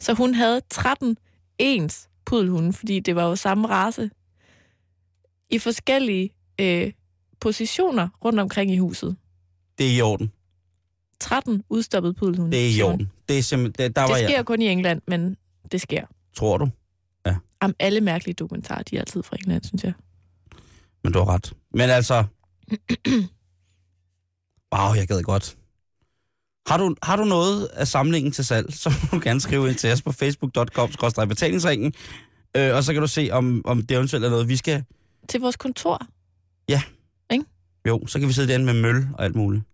S2: Så hun havde 13 ens pudelhunde, fordi det var jo samme race, i forskellige øh, positioner rundt omkring i huset.
S3: Det er i orden.
S2: Mm, 13 udstoppede pudelhunde.
S3: Det er i
S2: siger hun.
S3: orden. Det er simpelthen... Det, der var
S2: Det sker
S3: jeg.
S2: kun i England, men det sker.
S3: Tror du?
S2: Om alle mærkelige dokumentarer, de er altid fra England, synes jeg.
S3: Men du har ret. Men altså... Wow, jeg gad godt. Har du, har du noget af samlingen til salg, så må du gerne skrive ind til os på facebook.com-betalingsringen, øh, og så kan du se, om, om det eventuelt er noget, vi skal...
S2: Til vores kontor.
S3: Jo, så kan vi sidde derinde med møl og alt muligt.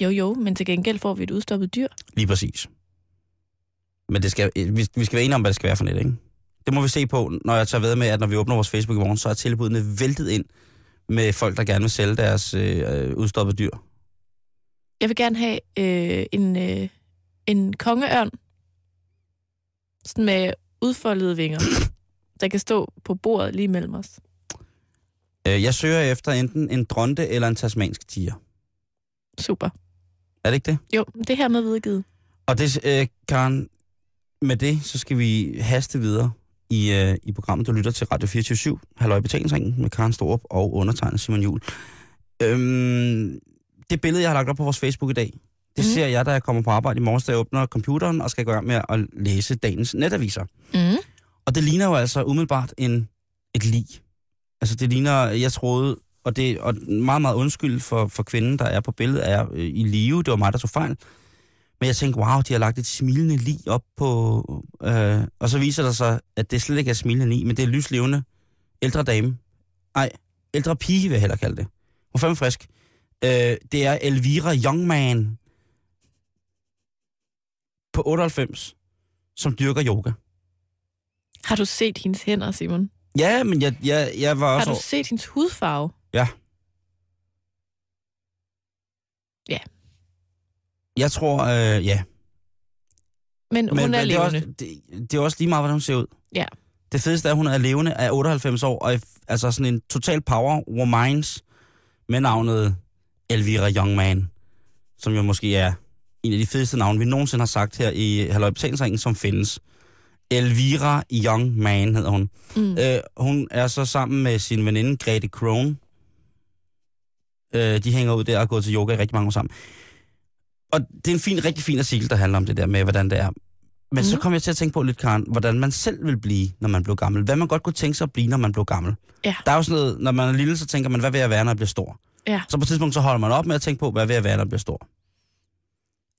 S2: Jo, jo, men til gengæld får vi et udstoppet dyr.
S3: Lige præcis. Men det skal, vi, vi skal være enige om, hvad det skal være for net, ikke? Det må vi se på, når jeg tager ved med, at når vi åbner vores Facebook i morgen, så er tilbudene væltet ind med folk, der gerne vil sælge deres øh, udstoppede dyr.
S2: Jeg vil gerne have øh, en, øh, en kongeørn. Sådan med udfoldede vinger. Der kan stå på bordet lige mellem os.
S3: Øh, jeg søger efter enten en dronte eller en tasmansk tiger.
S2: Super.
S3: Er det ikke det?
S2: Jo, det her med videregivet.
S3: Og det, øh, Karen, med det, så skal vi haste videre i, øh, i programmet. Du lytter til Radio 24 Halløj i Betalingsringen med Karen Storup og undertegnet Simon Jul. Øhm, det billede, jeg har lagt op på vores Facebook i dag, det
S2: Mhm.
S3: ser jeg, da jeg kommer på arbejde i morges, da jeg åbner computeren og skal gå i gang med at læse dagens netaviser.
S2: Mm.
S3: Og det ligner jo altså umiddelbart en, et lig. Altså det ligner, jeg troede, og det og meget, meget undskyld for, for kvinden, der er på billedet, er øh, i live. Det var mig, der tog fejl. Men jeg tænkte, wow, de har lagt et smilende lig op på... Øh, og så viser der sig, at det slet ikke er et smilende lig, men det er lyslevende ældre dame. Nej, ældre pige vil jeg hellere kalde det. Hun er fandme frisk. Øh, det er Elvira Youngman på 98, som dyrker yoga.
S2: Har du set hendes hænder, Simon?
S3: Ja, men jeg, jeg, jeg var også...
S2: Har du set hendes hudfarve?
S3: Jeg tror, øh, ja.
S2: Men, men hun er
S3: men det, er
S2: levende.
S3: også, det, det er også lige meget, hvordan hun ser ud.
S2: Ja.
S3: Det fedeste er, at hun er levende af 98 år, og er f- altså sådan en total power womans med navnet Elvira Youngman, som jo måske er en af de fedeste navne, vi nogensinde har sagt her i Halløj Betalingsringen, som findes. Elvira Youngman hedder hun.
S2: Mm.
S3: Øh, hun er så sammen med sin veninde Grete Krohn. Øh, de hænger ud der og går til yoga i rigtig mange år sammen. Og det er en fin, rigtig fin artikel, der handler om det der med, hvordan det er. Men mm. så
S2: Mhm.
S3: kom jeg til at tænke på lidt, Karen, hvordan man selv vil blive, når man blev gammel. Hvad man godt kunne tænke sig at blive, når man blev gammel.
S2: Ja.
S3: Der er jo sådan noget, når man er lille, så tænker man, hvad vil jeg være, når jeg bliver stor?
S2: Ja.
S3: Så på et tidspunkt, så holder man op med at tænke på, hvad vil jeg være, når jeg bliver stor?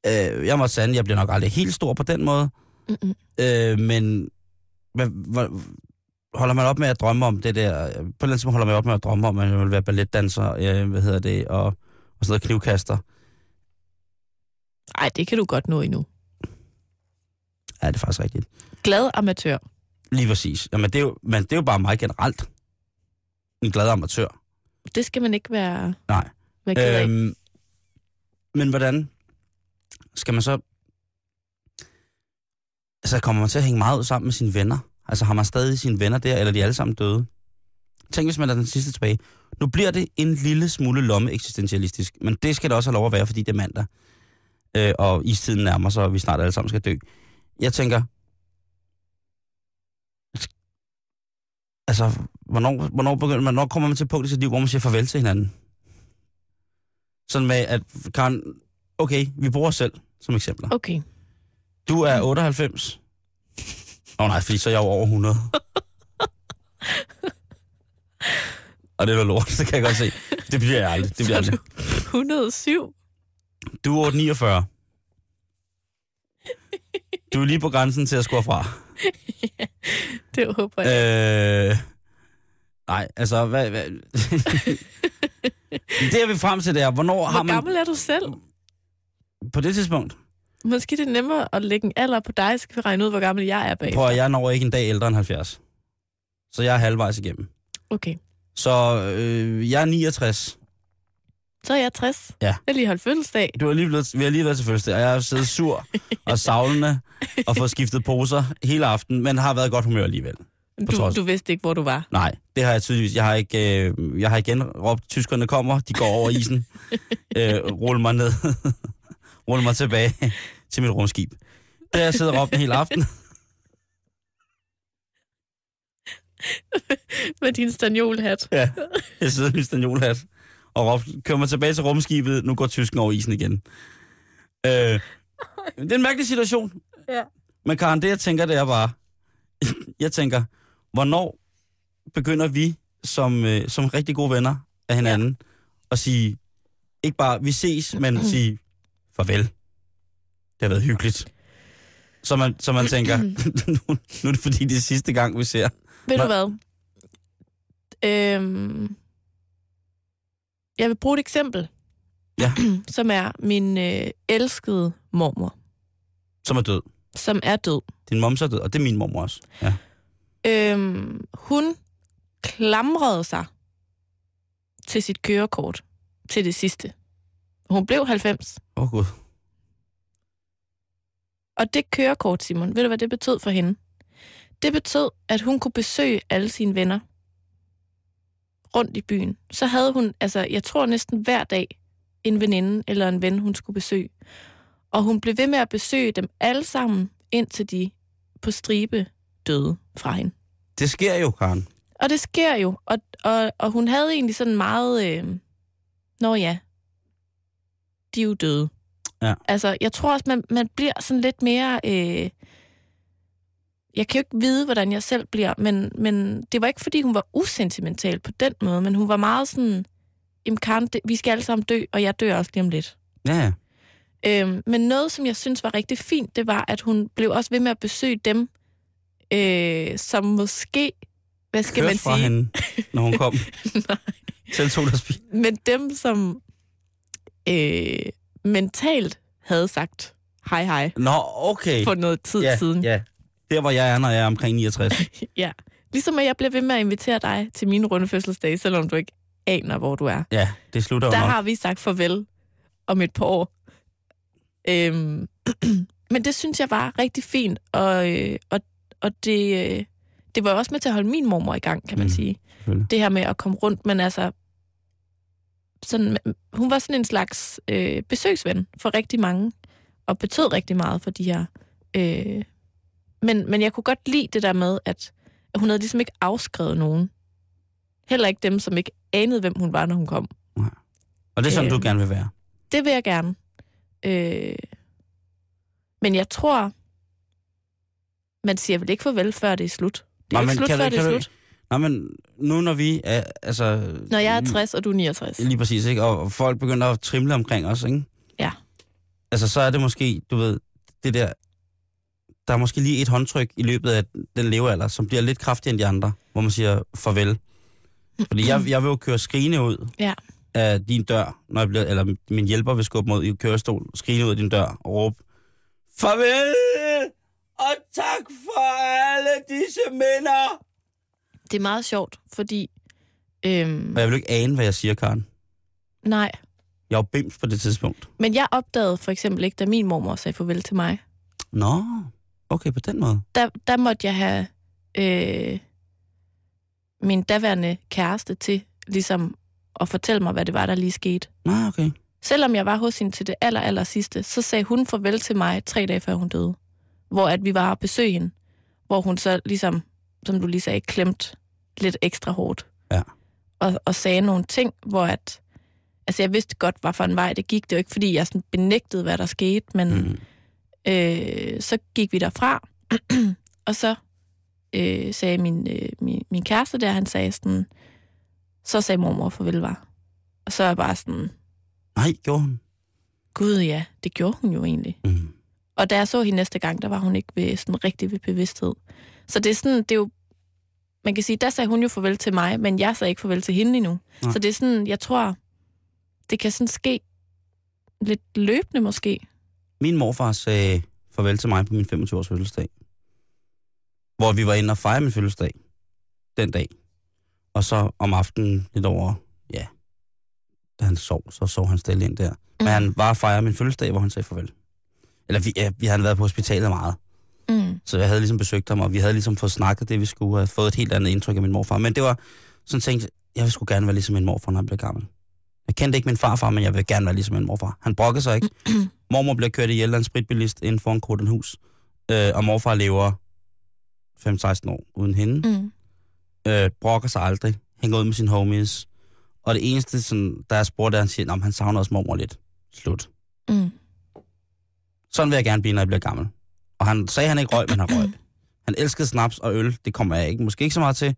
S3: Øh, jeg må sande, jeg bliver nok aldrig helt stor på den måde.
S2: Mm-mm.
S3: Øh, men hvad, hvad, holder man op med at drømme om det der? øh, På et eller andet tidspunkt holder man op med at drømme om, at man vil være balletdanser, øh, hvad hedder det, og, og sådan noget knivkaster.
S2: Ej, det kan du godt nå endnu.
S3: Ja, det er faktisk rigtigt.
S2: Glad amatør.
S3: Lige præcis. Jamen, det er jo, men det er jo bare meget generelt. En glad amatør.
S2: Det skal man ikke være,
S3: Nej.
S2: være ked af.
S3: Øhm, men hvordan skal man så... Altså, kommer man til at hænge meget ud sammen med sine venner? Altså, har man stadig sine venner der, eller er de alle sammen døde? Tænk, hvis man er den sidste tilbage. Nu bliver det en lille smule lomme eksistentialistisk, men det skal det også have lov at være, fordi det er mandag. Øh, og istiden nærmer sig, og vi snart alle sammen skal dø. Jeg tænker... Altså, hvornår, hvornår, begynder, man- hvornår kommer man til et punkt i sit liv, hvor man siger farvel til hinanden? Sådan med, at Karen, okay, vi bruger os selv som eksempler.
S2: Okay.
S3: Du er 98. Åh oh, nej, fordi så er jeg jo over 100. Og det er noget lort, det kan jeg godt se. Det bliver jeg aldrig. Det bliver jeg
S2: Så
S3: aldrig.
S2: er du 107.
S3: Du er 849. Du er lige på grænsen til at score fra.
S2: Det håber jeg.
S3: Øh, nej, altså, hvad, hvad? Det jeg vil frem til, det er, hvornår har
S2: Hvor
S3: man...
S2: gammel er du selv?
S3: På det tidspunkt,
S2: Måske det er nemmere at lægge en alder på dig, så kan vi regne ud, hvor gammel jeg er bag.
S3: Prøv at jeg når ikke en dag ældre end 70. Så jeg er halvvejs igennem.
S2: Okay.
S3: Så øh, jeg er 69.
S2: Så er jeg 60.
S3: Ja.
S2: Jeg har lige holdt fødselsdag.
S3: Du har lige blevet, vi har lige været til fødselsdag, og jeg har siddet sur og savlende og fået skiftet poser hele aften, men har været i godt humør alligevel.
S2: Du,
S3: trods.
S2: du vidste ikke, hvor du var.
S3: Nej, det har jeg tydeligvis. Jeg har, ikke, øh, jeg har igen råbt, tyskerne kommer, de går over isen. øh, rul mig ned. rul mig tilbage til mit rumskib. Det har jeg siddet og råbt en hel aften.
S2: Med din stagnolhat.
S3: Ja. Jeg sidder i min stanjolhat og råbt, kør mig tilbage til rumskibet, nu går tysken over isen igen. Øh, det er en mærkelig situation.
S2: Ja.
S3: Men Karen, det jeg tænker, det er bare, jeg tænker, hvornår begynder vi som, øh, som rigtig gode venner af hinanden ja. at sige, ikke bare vi ses, men sige farvel. Det har været hyggeligt. Så man, så man tænker, nu, nu er det fordi, det er sidste gang, vi ser.
S2: Ved
S3: Nå.
S2: du hvad? Øhm, jeg vil bruge et eksempel,
S3: Ja.
S2: som er min øh, elskede mormor,
S3: Som er død.
S2: som er død.
S3: Din moms er død, og det er min mormor også. Ja.
S2: Øhm, hun klamrede sig til sit kørekort til det sidste. Hun blev 90.
S3: Åh oh, gud.
S2: Og det kørekort, Simon, ved du, hvad det betød for hende? Det betød, at hun kunne besøge alle sine venner rundt i byen. Så havde hun, altså jeg tror næsten hver dag, en veninde eller en ven, hun skulle besøge. Og hun blev ved med at besøge dem alle sammen, indtil de på stribe døde fra hende.
S3: Det sker jo, Karen.
S2: Og det sker jo. Og, og, og hun havde egentlig sådan meget... Øh, Nå ja, de er jo døde.
S3: Ja.
S2: Altså, jeg tror også, man, man bliver sådan lidt mere... Øh, jeg kan jo ikke vide, hvordan jeg selv bliver, men, men det var ikke, fordi hun var usentimental på den måde, men hun var meget sådan... Jamen, Karen, det, vi skal alle sammen dø, og jeg dør også lige om lidt.
S3: Ja, ja.
S2: Øhm, men noget, som jeg synes var rigtig fint, det var, at hun blev også ved med at besøge dem, øh, som måske, hvad skal
S3: Hørte
S2: man
S3: fra
S2: sige,
S3: hende, når hun kom.
S2: Nej.
S3: Selv tog der spil.
S2: Men dem, som øh, mentalt havde sagt hej hej
S3: Nå, okay.
S2: for noget tid
S3: ja,
S2: siden.
S3: Ja. Der, hvor jeg er, når jeg er omkring 69.
S2: ja. Ligesom at jeg bliver ved med at invitere dig til mine runde fødselsdage, selvom du ikke aner, hvor du er.
S3: Ja, det slutter jo
S2: Der
S3: nok.
S2: har vi sagt farvel om et par år. Øhm, men det synes jeg var rigtig fint, og, øh, og, og det, øh, det var også med til at holde min mormor i gang, kan man
S3: Mm,
S2: mm, sige.
S3: selvfølgelig.
S2: Det her med at komme rundt, men altså, sådan, hun var sådan en slags øh, besøgsven for rigtig mange, og betød rigtig meget for de her. Øh, men, men jeg kunne godt lide det der med, at, at hun havde ligesom ikke afskrevet nogen. Heller ikke dem, som ikke anede, hvem hun var, når hun kom
S3: Og det er sådan,
S2: Øh.
S3: du gerne vil være.
S2: det vil jeg gerne. Øh, men jeg tror, man siger vel ikke farvel, før det er slut. Det er
S3: Nej,
S2: jo
S3: men
S2: ikke slut,
S3: kan du-
S2: før det er
S3: kan du-
S2: slut.
S3: Nå, men nu når vi er, altså...
S2: Når jeg er 60, og du er 69.
S3: Lige præcis, ikke? Og folk begynder at trimle omkring os, ikke?
S2: Ja.
S3: Altså, så er det måske, du ved, det der... Der er måske lige et håndtryk i løbet af den levealder, som bliver lidt kraftigere end de andre, hvor man siger farvel. Fordi jeg, jeg vil jo køre skrigende ud
S2: Ja.
S3: af din dør, når jeg bliver, eller min hjælper vil skubbe mig ud i kørestol, skrigende ud af din dør og råbe, Farvel! Og tak for alle disse minder!
S2: Det er meget sjovt, fordi... Øhm,
S3: Og jeg vil jo ikke ane, hvad jeg siger, Karen.
S2: nej,
S3: Jeg er jo bims på det tidspunkt.
S2: men jeg opdagede for eksempel ikke, da min mormor sagde farvel til mig.
S3: Nå, okay, på den måde.
S2: Der, der måtte jeg have øh, min daværende kæreste til ligesom at fortælle mig, hvad det var, der lige skete.
S3: Nå, okay.
S2: Selvom jeg var hos hende til det aller, aller sidste, så sagde hun farvel til mig tre dage før hun døde. Hvor at vi var at besøge hende. Hvor hun så ligesom, som du lige sagde, klemt lidt ekstra hårdt.
S3: Ja.
S2: Og, og sagde nogle ting, hvor at... Altså jeg vidste godt, hvad for en vej det gik. Det var ikke, fordi jeg sådan benægtede, hvad der skete, men
S3: Mm.
S2: øh, så gik vi derfra, og så øh, sagde min, øh, min, min kæreste der, han sagde sådan, så sagde mormor farvel var. Og så er jeg bare sådan,
S3: Nej, gjorde hun.
S2: Gud ja, det gjorde hun jo egentlig.
S3: Mm.
S2: Og da jeg så hende næste gang, der var hun ikke ved, sådan rigtig ved bevidsthed. Så det er sådan, det er jo, man kan sige, der sagde hun jo farvel til mig, men jeg sagde ikke farvel til hende endnu.
S3: Nej.
S2: Så det er sådan, jeg tror, det kan sådan ske lidt løbende måske.
S3: Min morfar sagde farvel til mig på min 25-års fødselsdag. Hvor vi var inde og fejre min fødselsdag den dag. Og så om aftenen lidt over, ja, da han sov, så sov han stille ind der.
S2: Mm.
S3: Men han var fejre min fødselsdag, hvor han sagde farvel. Eller vi, ja, vi havde været på hospitalet meget,
S2: Mm.
S3: så jeg havde ligesom besøgt ham, og vi havde ligesom fået snakket det, vi skulle have fået et helt andet indtryk af min morfar. Men det var sådan tænkt, jeg vil sgu gerne være ligesom min morfar, når han bliver gammel. Jeg kendte ikke min farfar, men jeg vil gerne være ligesom min morfar. Han brokkede sig ikke. Mormor bliver kørt ihjel af en spritbilist inden for en kortenhus, øh, og morfar lever 5-16 år uden hende
S2: Mm.
S3: øh, brokker sig aldrig, hænger ud med sine homies. Og det eneste, sådan, der er spurgt, er, at han siger, at han savner også mormor lidt. Slut.
S2: Mm.
S3: Sådan vil jeg gerne blive, når jeg bliver gammel. Og han sagde, at han ikke røg, men han røg. Han elskede snaps og øl. Det kommer jeg ikke, måske ikke så meget til,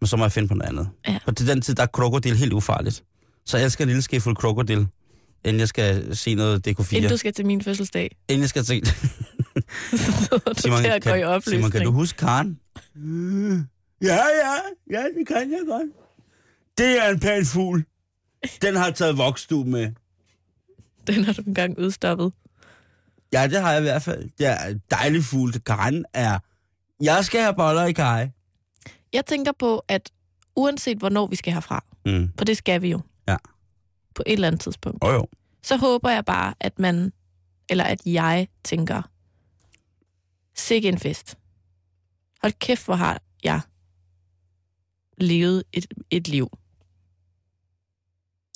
S3: men så må jeg finde på noget andet.
S2: Ja.
S3: Og til den tid, der er krokodil helt ufarligt. Så jeg elsker lille skefuld krokodil, inden jeg skal se noget DK4.
S2: Inden du skal til min fødselsdag,
S3: Inden jeg skal se...
S2: så sidder du Simon,
S3: Simon,
S2: der og går i
S3: kan,
S2: opløsning.
S3: Simon, kan du huske Karen? Mm. Ja, ja, ja, det kan jeg godt. Det er en pæn fugl. Den har taget vokstue med.
S2: Den har du engang udstoppet.
S3: Ja, det har jeg i hvert fald. Det er en dejlig fugl. Karen er... Jeg skal have boller i kaj.
S2: Jeg tænker på, at uanset hvornår vi skal herfra,
S3: Mm.
S2: for det skal vi jo,
S3: Ja.
S2: på et eller andet tidspunkt,
S3: Oh, jo.
S2: så håber jeg bare, at man, eller at jeg tænker, sikke en fest. Hold kæft, hvor har jeg levet et, et liv.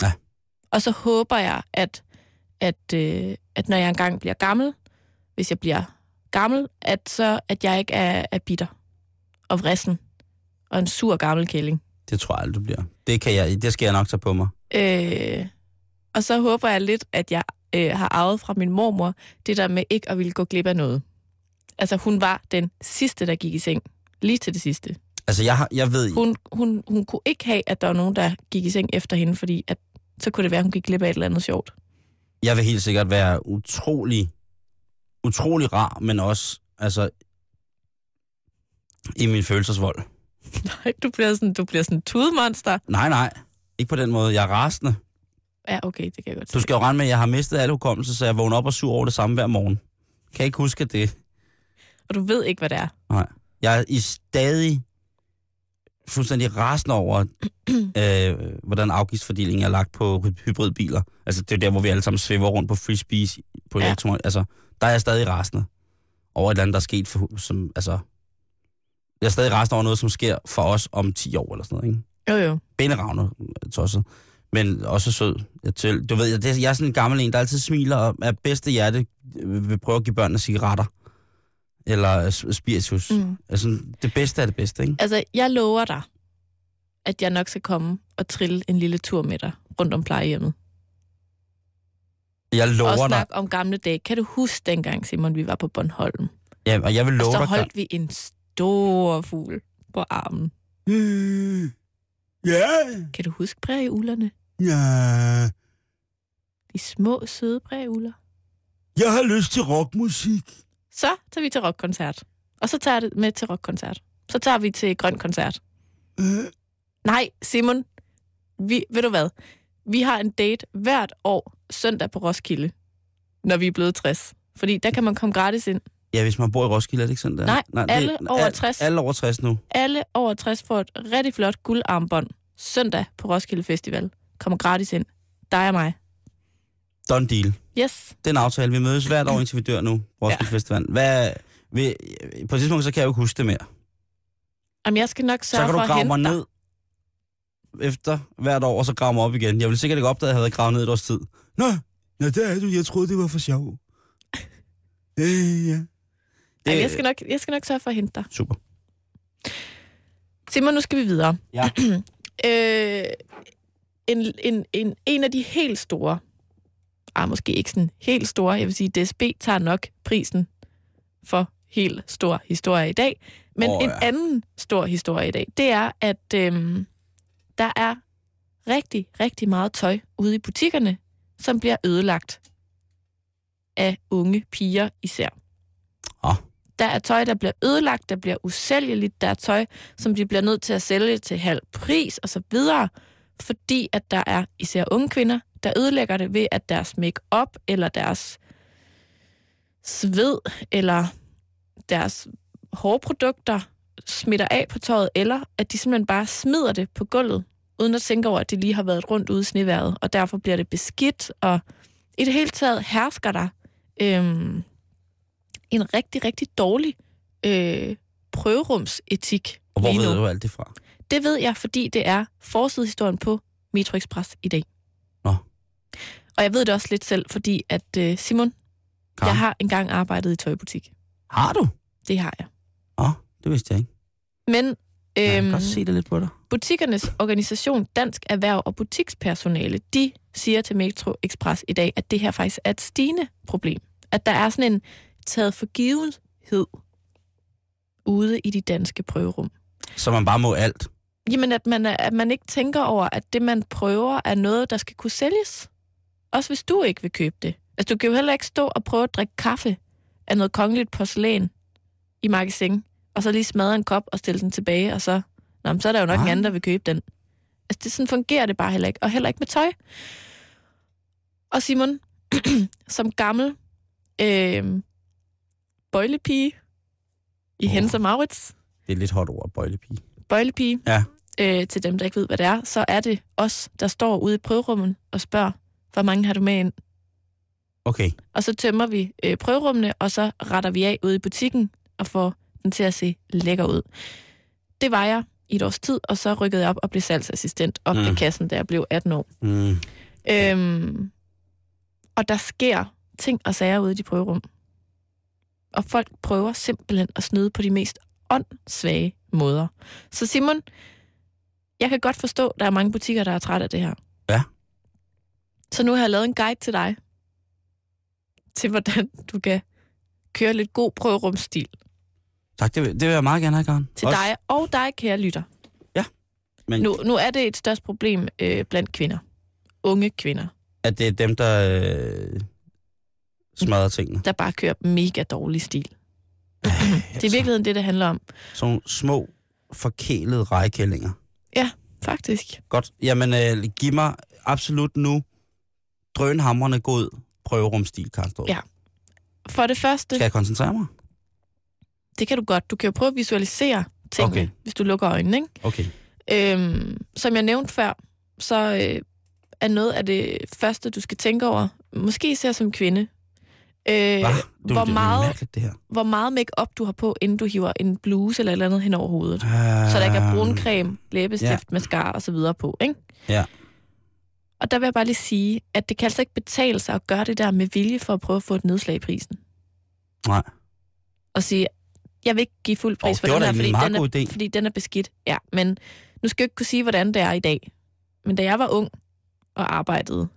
S3: Ja.
S2: Og så håber jeg, at, at, øh, at når jeg engang bliver gammel, hvis jeg bliver gammel, at, så, at jeg ikke er, er bitter og vrissen og en sur gammel kælling.
S3: Det tror jeg aldrig, du bliver. Det, kan jeg, det skal jeg nok tage på mig.
S2: Øh, og så håber jeg lidt, at jeg øh, har arvet fra min mormor det der med ikke at ville gå glip af noget. Altså hun var den sidste, der gik i seng. Lige til det sidste.
S3: Altså, jeg, har, jeg ved...
S2: Hun, hun, hun kunne ikke have, at der var nogen, der gik i seng efter hende, fordi at, så kunne det være, at hun gik glip af et eller andet sjovt.
S3: jeg vil helt sikkert være utrolig, utrolig rar, men også altså, i min følelsesvold.
S2: Nej, du bliver sådan, du bliver sådan en tudemonster.
S3: Nej, nej. Ikke på den måde. Jeg er rasende.
S2: Ja, okay, det kan jeg godt se.
S3: Du skal jo regne med, at jeg har mistet alle hukommelse, så jeg vågner op og sur over det samme hver morgen. Kan jeg ikke huske det.
S2: Og du ved ikke, hvad det er.
S3: Jeg er i stadig fuldstændig rasende over, øh, hvordan afgiftsfordelingen er lagt på hy- hybridbiler. Altså, det er der, hvor vi alle sammen svæver rundt på free speech på
S2: Ja.
S3: ja. Altså, der er jeg stadig rasende over et eller andet, der er sket for, som, altså... Jeg er stadig rasende over noget, som sker for os om 10 år eller sådan noget, ikke?
S2: Jo, jo.
S3: benderavne tosset, men også sød. Jeg til, du ved, jeg, det- jeg er sådan en gammel en, der altid smiler og af bedste hjerte øh, vil prøve at give børnene cigaretter. Eller s- spiritus. Mm.
S2: Mm.
S3: Altså, det bedste er det bedste, ikke?
S2: Altså, jeg lover dig, at jeg nok skal komme og trille en lille tur med dig rundt om plejehjemmet.
S3: Jeg
S2: og
S3: lover dig.
S2: snakke om gamle dage. Kan du huske dengang, Simon, vi var på Bornholm?
S3: Ja, og jeg vil
S2: Og
S3: love
S2: så
S3: dig.
S2: holdt vi en stor fugl på armen.
S3: Øh, Ja,
S2: Kan du huske prægeulerne?
S3: ja.
S2: De små, søde prægeuler.
S3: Jeg har lyst til rockmusik.
S2: Så tager vi til rockkoncert. Og så tager jeg det med til rockkoncert. Så tager vi til grøn koncert.
S3: Øh.
S2: Nej, Simon. Vi, ved du hvad? Vi har en date hvert år søndag på Roskilde, når vi er blevet 60. Fordi der kan man komme gratis ind.
S3: Ja, hvis man bor i Roskilde, er det ikke sådan der?
S2: Nej, alle over 60.
S3: Alle over 60 nu.
S2: alle over 60 får et rigtig flot guldarmbånd søndag på Roskilde Festival. Kommer gratis ind. Dig og mig.
S3: Done deal.
S2: Yes.
S3: den aftale. Vi mødes hvert år, indtil vi dør nu. Roskilde ja. Festival. Hvad, vi, på et tidspunkt, så kan jeg jo ikke huske det mere.
S2: Jamen, jeg skal nok
S3: Så,
S2: sørge
S3: så kan
S2: for
S3: du
S2: at
S3: grave
S2: hente
S3: mig
S2: dig.
S3: ned efter hvert år, og så grave mig op igen. Jeg ville sikkert ikke opdage, at jeg havde gravet ned et års tid. Nå, ja, der er du. Jeg troede, det var for sjov. Øh, ja. Det,
S2: Jamen, jeg, skal nok, jeg skal nok sørge for at hente dig.
S3: Super.
S2: Simon, nu skal vi videre.
S3: Ja.
S2: øh, en, en, en, en af de helt store, ah, måske ikke sådan helt store, jeg vil sige, DSB tager nok prisen for helt stor historie i dag. Men
S3: Åh,
S2: oh, ja. en
S3: ja.
S2: anden stor historie i dag, det er, at øhm, der er rigtig, rigtig meget tøj ude i butikkerne, som bliver ødelagt af unge piger især.
S3: Åh.
S2: Der er tøj, der bliver ødelagt, der bliver usælgeligt, der er tøj, som de bliver nødt til at sælge til halv pris og så videre, fordi at der er især unge kvinder, der ødelægger det ved, at deres make-up eller deres sved eller deres hårprodukter smitter af på tøjet, eller at de simpelthen bare smider det på gulvet uden at tænke over, at det lige har været rundt ude i sneværet, og derfor bliver det beskidt, og i det hele taget hersker der øhm, en rigtig, rigtig dårlig øh, prøverumsetik
S3: Og hvor
S2: lige nu.
S3: ved du alt det fra?
S2: Det ved jeg, fordi det er forsidehistorien på Metro Express i dag.
S3: Nå.
S2: Og jeg ved det også lidt selv, fordi at øh, Simon,
S3: Karen?
S2: jeg har engang arbejdet i tøjbutik.
S3: Har du?
S2: Det har jeg.
S3: Åh, oh, det vidste jeg ikke.
S2: Men
S3: Øhm, jeg
S2: øhm,
S3: kan godt se det lidt på dig.
S2: butikkernes organisation Dansk Erhverv og Butikspersonale, de siger til Metro Express i dag, at det her faktisk er et stigende problem. At der er sådan en taget for givenhed ude i de danske prøverum.
S3: Så man bare må alt.
S2: Jamen, at man, er- at man ikke tænker over, at det, man prøver, er noget, der skal kunne sælges. Også hvis du ikke vil købe det. Altså, du kan jo heller ikke stå og prøve at drikke kaffe af noget kongeligt porcelæn i magasin, og så lige smadre en kop og stille den tilbage, og så, nå, men så er der jo nok
S3: Nej.
S2: en anden, der vil købe den. Altså, det, sådan fungerer det bare heller ikke, og heller ikke med tøj. Og Simon, som gammel øh, bøjlepige i
S3: Åh.
S2: oh. Hennes og Maurits,
S3: Det er et lidt hårdt ord, bøjlepige.
S2: bøjlepige,
S3: Ja.
S2: øh, til dem, der ikke ved, hvad det er, så er det os, der står ude i prøverummet og spørger, hvor mange har du med ind?
S3: Okay.
S2: Og så tømmer vi øh, prøverummene, og så retter vi af ude i butikken og får den til at se lækker ud. Det var jeg i et års tid, og så rykkede jeg op og blev salgsassistent op
S3: Mm.
S2: mm. ved kassen, da jeg blev 18 år.
S3: Mm.
S2: Øhm, og der sker ting og sager ude i de prøverum. Og folk prøver simpelthen at snyde på de mest åndssvage måder. Så Simon, jeg kan godt forstå, at der er mange butikker, der er trætte af det her.
S3: Ja.
S2: Så nu har jeg lavet en guide til dig. Til hvordan du kan køre lidt god prøverumstil.
S3: Tak, det vil, det vil jeg meget gerne have, Karen.
S2: Til Også. dig og dig, kære lytter.
S3: Men nu.
S2: Nu, nu er det et størst problem øh, blandt kvinder. Unge kvinder,
S3: at det er dem, der øh, smadrer tingene.
S2: der bare kører mega dårlig stil. Det er i
S3: Altså,
S2: virkeligheden det, det handler om,
S3: Sådan nogle små, forkælede rejekællinger.
S2: faktisk.
S3: Godt. Jamen, øh, giv mig absolut nu drønhamrende god prøverumstil, Karen Storm.
S2: Ja. For det første,
S3: Skal jeg koncentrere mig?
S2: det kan du godt. Du kan jo prøve at visualisere tingene,
S3: Okay.
S2: okay. hvis du lukker øjnene. Ikke?
S3: Okay.
S2: Øhm, som jeg nævnte før, så øh, er noget af det første, du skal tænke over, måske især som kvinde, øh,
S3: Hva? Du,
S2: hvor
S3: det er
S2: meget-
S3: mærkeligt, det her.
S2: hvor meget make-up du har på, inden du hiver en bluse eller et eller andet hen over hovedet.
S3: Uh,
S2: Så der ikke er bruncreme, læbestift, ja. mascara og så videre på, ikke?
S3: Ja.
S2: Og der vil jeg bare lige sige, at det kan altså ikke betale sig at gøre det der med vilje for at prøve at få et nedslag i prisen.
S3: Nej.
S2: Og sige, jeg vil ikke give fuld pris
S3: Åh,
S2: for
S3: det var
S2: den
S3: da
S2: her,
S3: en
S2: fordi
S3: meget
S2: den,
S3: god
S2: er,
S3: idé.
S2: fordi den er beskidt. Ja, men nu skal jeg ikke kunne sige, hvordan det er i dag. Men da jeg var ung og arbejdede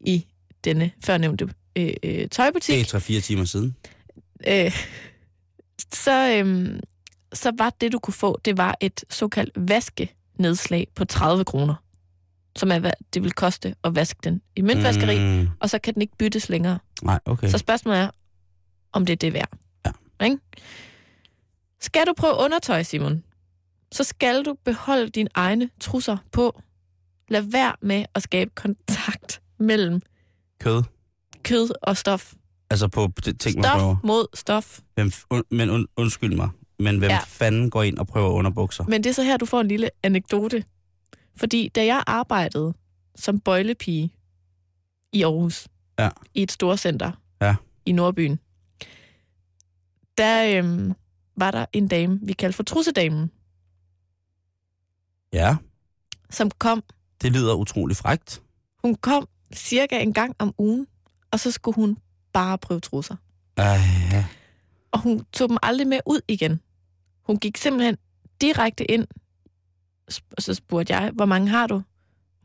S2: i denne førnævnte øh, øh, tøjbutik,
S3: Det er 3-4 timer siden.
S2: øh, så, øhm, så var det, du kunne få, det var et såkaldt vaskenedslag på 30 kroner. Som er, hvad det vil koste at vaske den i møntvaskeri, mm.
S3: Mm,
S2: og så kan den ikke byttes længere.
S3: nej, okay.
S2: Så spørgsmålet er, om det er det værd.
S3: Ja.
S2: Ikke? Skal du prøve undertøj, Simon, så skal du beholde dine egne trusser på. Lad være med at skabe kontakt mellem
S3: Kød.
S2: kød og stof.
S3: Altså på p- ting, man prøver.
S2: Stof mod stof.
S3: Hvem, f- und, men und, undskyld mig, men hvem ja.
S2: Ja.
S3: fanden går ind og prøver underbukser?
S2: Men det er så her, du får en lille anekdote. Fordi da jeg arbejdede som bøjlepige i Aarhus,
S3: Ja.
S2: i et storcenter
S3: Ja.
S2: i Nordbyen, der øhm, var der en dame, vi kaldte for Trussedamen,
S3: Ja,
S2: som kom,
S3: det lyder utrolig frægt.
S2: hun kom cirka en gang om ugen, og så skulle hun bare prøve trusser.
S3: Ej, ja.
S2: og hun tog dem aldrig med ud igen. Hun gik simpelthen direkte ind, sp- og så spurgte jeg, hvor mange har du?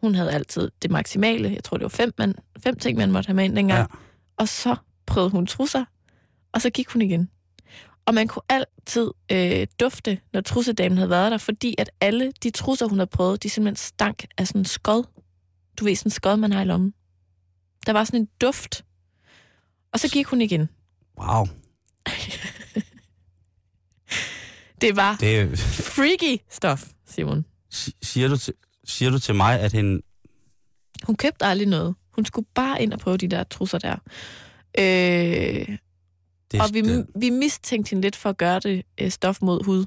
S2: Hun havde altid det maksimale, jeg tror det var fem, man, fem ting, man måtte have med ind dengang. Ja. Og så prøvede hun trusser, og så gik hun igen. Og man kunne altid øh, dufte, når trussedamen havde været der, fordi at alle de trusser, hun havde prøvet, de simpelthen stank af sådan en skod. Du ved, sådan en skod, man har i lommen. Der var sådan en duft. Og så gik hun igen.
S3: Wow,
S2: Det var
S3: det er-
S2: freaky stof, Simon.
S3: si- siger du til, siger du til mig, at hende...
S2: Hun købte aldrig noget. Hun skulle bare ind og prøve de der trusser der. Øh,
S3: Det,
S2: og vi,
S3: det,
S2: vi mistænkte hende lidt for at gøre det øh, stof mod hud.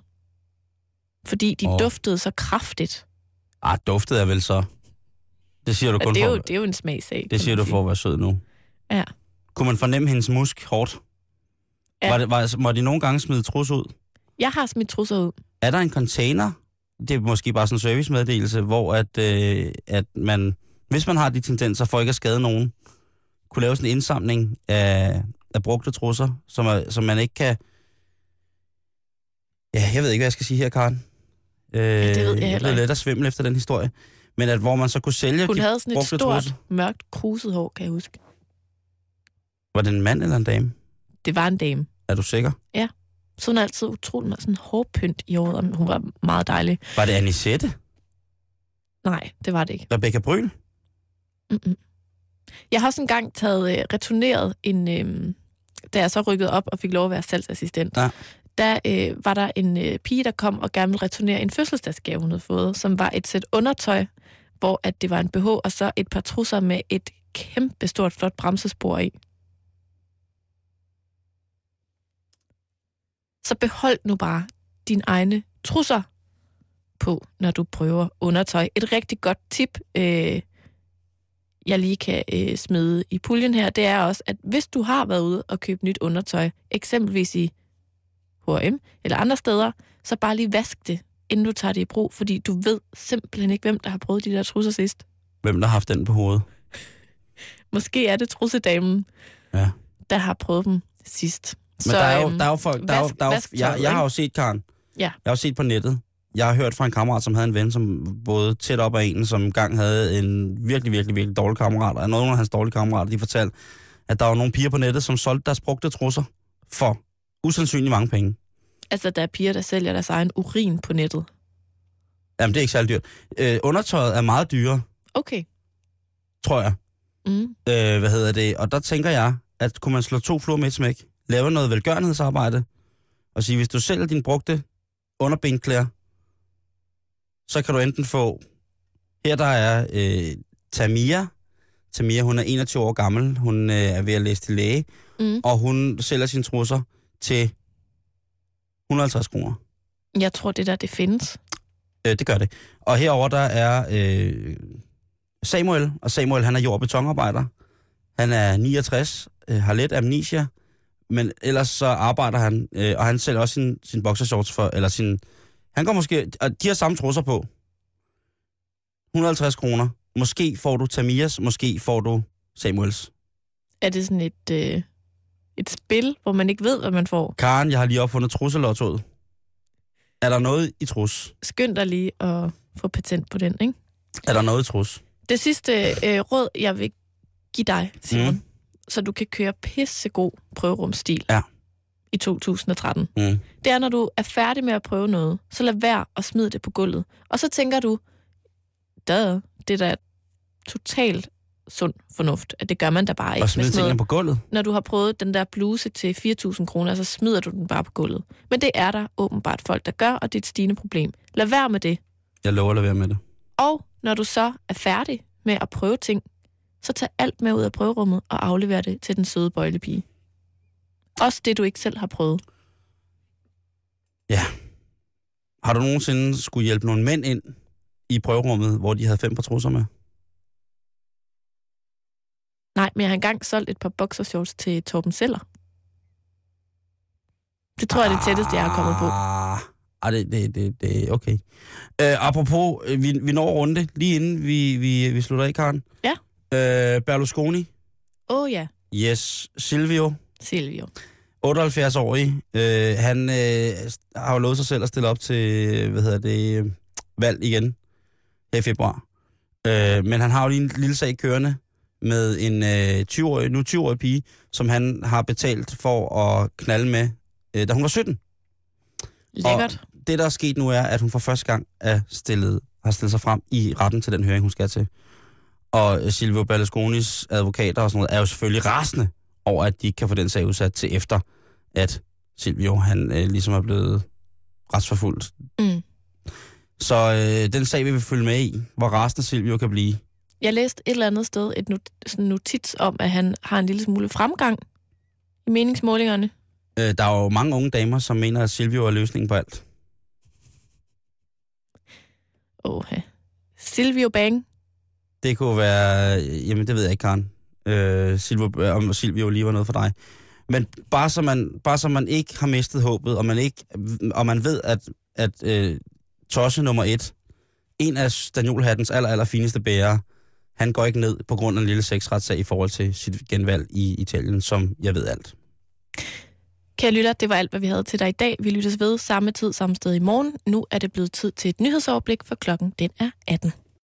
S2: Fordi de
S3: Åh.
S2: oh. duftede så kraftigt.
S3: Ah, duftet er vel så... Det siger du
S2: Og
S3: kun
S2: det er,
S3: for...
S2: jo, det er jo en smagsag. kan
S3: Det siger
S2: man
S3: du
S2: sige.
S3: for at være sød nu.
S2: Ja.
S3: Kunne man fornemme hendes musk hårdt?
S2: Ja.
S3: Ja. Var det, var, må de nogle gange smide trus ud?
S2: Jeg har smidt trusser ud.
S3: Er der en container? Det er måske bare sådan en servicemeddelelse, hvor at, øh, at man, hvis man har de tendenser for ikke at skade nogen, kunne lave sådan en indsamling af, af brugte trusser, som, er, som man ikke kan... Ja, jeg ved ikke, hvad jeg skal sige her, Karen. Øh,
S2: det ved jeg
S3: Jeg
S2: heller
S3: blev
S2: ikke.
S3: let at svimmel efter den historie. Men at hvor man så kunne sælge...
S2: Hun
S3: de
S2: havde sådan et
S3: brugte
S2: stort,
S3: trusser.
S2: mørkt, kruset hår, kan jeg huske.
S3: Var det en mand eller en dame?
S2: Det var en dame.
S3: Er du sikker?
S2: Så hun er altid utrolig meget sådan hårpynt i håret, og hun var meget dejlig.
S3: Var det Anisette?
S2: Nej, det var det ikke.
S3: Rebecca Bryl?
S2: Mm-mm. Jeg har også engang taget øh, returneret en, øh, da jeg så rykkede op og fik lov at være salgsassistent.
S3: Ja.
S2: Der øh, var der en øh, pige, der kom og gerne ville returnere en fødselsdagsgave, hun havde fået, som var et sæt undertøj, hvor at det var en BH, og så et par trusser med et kæmpe stort flot bremsespor i. Så behold nu bare dine egne trusser på, når du prøver undertøj. Et rigtig godt tip, øh, jeg lige kan øh, smide i puljen her, det er også, at hvis du har været ude og købe nyt undertøj, eksempelvis i H&M eller andre steder, så bare lige vask det, inden du tager det i brug, fordi du ved simpelthen ikke, hvem der har prøvet de der trusser sidst.
S3: Hvem der har haft den på hovedet?
S2: Måske er det trussedamen,
S3: Ja.
S2: der har prøvet dem sidst. øhm,
S3: Men så, der er jo, der er jo folk, der er jo,
S2: vask-
S3: der er jo,
S2: vask
S3: jeg,
S2: tøjet,
S3: jeg har
S2: ikke?
S3: jo set, Karen,
S2: Ja.
S3: jeg har jo set på nettet, jeg har hørt fra en kammerat, som havde en ven, som både tæt op af en, som engang havde en virkelig, virkelig, virkelig dårlig kammerat, og nogle af hans dårlige kammerater, de fortalte, at der var nogle piger på nettet, som solgte deres brugte trusser for usandsynligt mange penge.
S2: Altså, der er piger, der sælger deres egen urin på nettet.
S3: Jamen, det er ikke særlig dyrt. Øh, undertøjet er meget dyrere,
S2: Okay.
S3: tror jeg.
S2: Mm.
S3: Øh, hvad hedder det? Og der tænker jeg, at kunne man slå to fluer med et smæk, lave noget velgørenhedsarbejde, og sige, hvis du sælger din brugte underbenklæder, så kan du enten få, her der er øh, Tamia, Tamia hun er 21 år gammel, hun øh, er ved at læse til læge,
S2: Mm.
S3: og hun sælger sine trusser til 150 kroner.
S2: Jeg tror, det der, det findes.
S3: Øh, det gør det. Og herover der er øh, Samuel, og Samuel han er jord- og betonarbejder. Han er 69, øh, har let amnesia, men ellers så arbejder han, øh, og han sælger også sin, sin boxershorts for, eller sin, han går måske, og de har samme trusser på. 150 kroner. Måske får du Tamias, måske får du Samuels.
S2: Er det sådan et, øh, et spil, hvor man ikke ved, hvad man får?
S3: Karen, jeg har lige opfundet trusselottoet. Er der noget i trus?
S2: Skynd dig lige at få patent på den, ikke?
S3: Er der noget i trus?
S2: Det sidste øh, råd, jeg vil give dig, Simon, mm.
S3: Mm.
S2: så du kan køre pissegod prøverumstil
S3: Ja.
S2: i 2013,
S3: Mm.
S2: det er, når du er færdig med at prøve noget, så lad være at smide det på gulvet. Og så tænker du, der det er da totalt sund fornuft, at det gør man da bare ikke.
S3: Og
S2: med
S3: smide
S2: sådan noget.
S3: tingene på gulvet?
S2: når du har prøvet den der bluse til 4.000 kroner, så smider du den bare på gulvet. Men det er der åbenbart folk, der gør, og det er et stigende problem. Lad være med det.
S3: Jeg lover at lade være med det.
S2: Og når du så er færdig med at prøve ting, så tag alt med ud af prøverummet og aflever det til den søde bøjlepige. Også det, du ikke selv har prøvet.
S3: Har du nogensinde skulle hjælpe nogle mænd ind i prøverummet, hvor de havde fem par trusser med?
S2: Nej, men jeg har engang solgt et par boxershorts til Torben Seller. Det tror jeg er det tætteste, jeg har kommet på.
S3: Ah, ah, det, det, det, det okay. Øh, apropos, øh, vi, vi når runde, lige inden vi, vi, vi slutter af, Karen.
S2: Ja.
S3: Øh, Berlusconi,
S2: Åh oh, ja,
S3: yes, Silvio,
S2: Silvio.
S3: 78-årig, øh, han øh, har jo lovet sig selv at stille op til, øh, hvad hedder det, øh, valg igen her i februar. Øh, men han har jo lige en lille sag kørende med en øh, 20-årig, nu 20-årig pige, som han har betalt for at knalde med, øh, da hun var 17
S2: Lækkert.
S3: det, der er sket nu, er, at hun for første gang er stillet, har stillet sig frem i retten til den høring, hun skal til. Og øh, Silvio Berlusconis advokater og sådan noget er jo selvfølgelig rasende over, at de ikke kan få den sag udsat til efter, at Silvio han øh, ligesom er blevet retsforfulgt.
S2: Mm.
S3: Så øh, den sag vil vi følge med i, hvor rasende Silvio kan blive.
S2: Jeg læste et eller andet sted et not- sådan notits om, at han har en lille smule fremgang i meningsmålingerne.
S3: Øh, der er jo mange unge damer, som mener, at Silvio er løsningen på alt.
S2: Åh, Silvio Bang.
S3: Det kunne være, øh, jamen det ved jeg ikke, Karen, øh, Silvio, øh, om Silvio lige var noget for dig. Men bare så, man, bare så man ikke har mistet håbet, og man, ikke, og man ved, at, at øh, Tosse nummer et, en af Danielhattens aller, aller fineste bærere, han går ikke ned på grund af en lille sexretssag i forhold til sit genvalg i Italien, som jeg ved alt.
S2: Kære lytter, det var alt, hvad vi havde til dig i dag. Vi lyttes ved samme tid, samme sted i morgen. Nu er det blevet tid til et nyhedsoverblik, for klokken den er 18.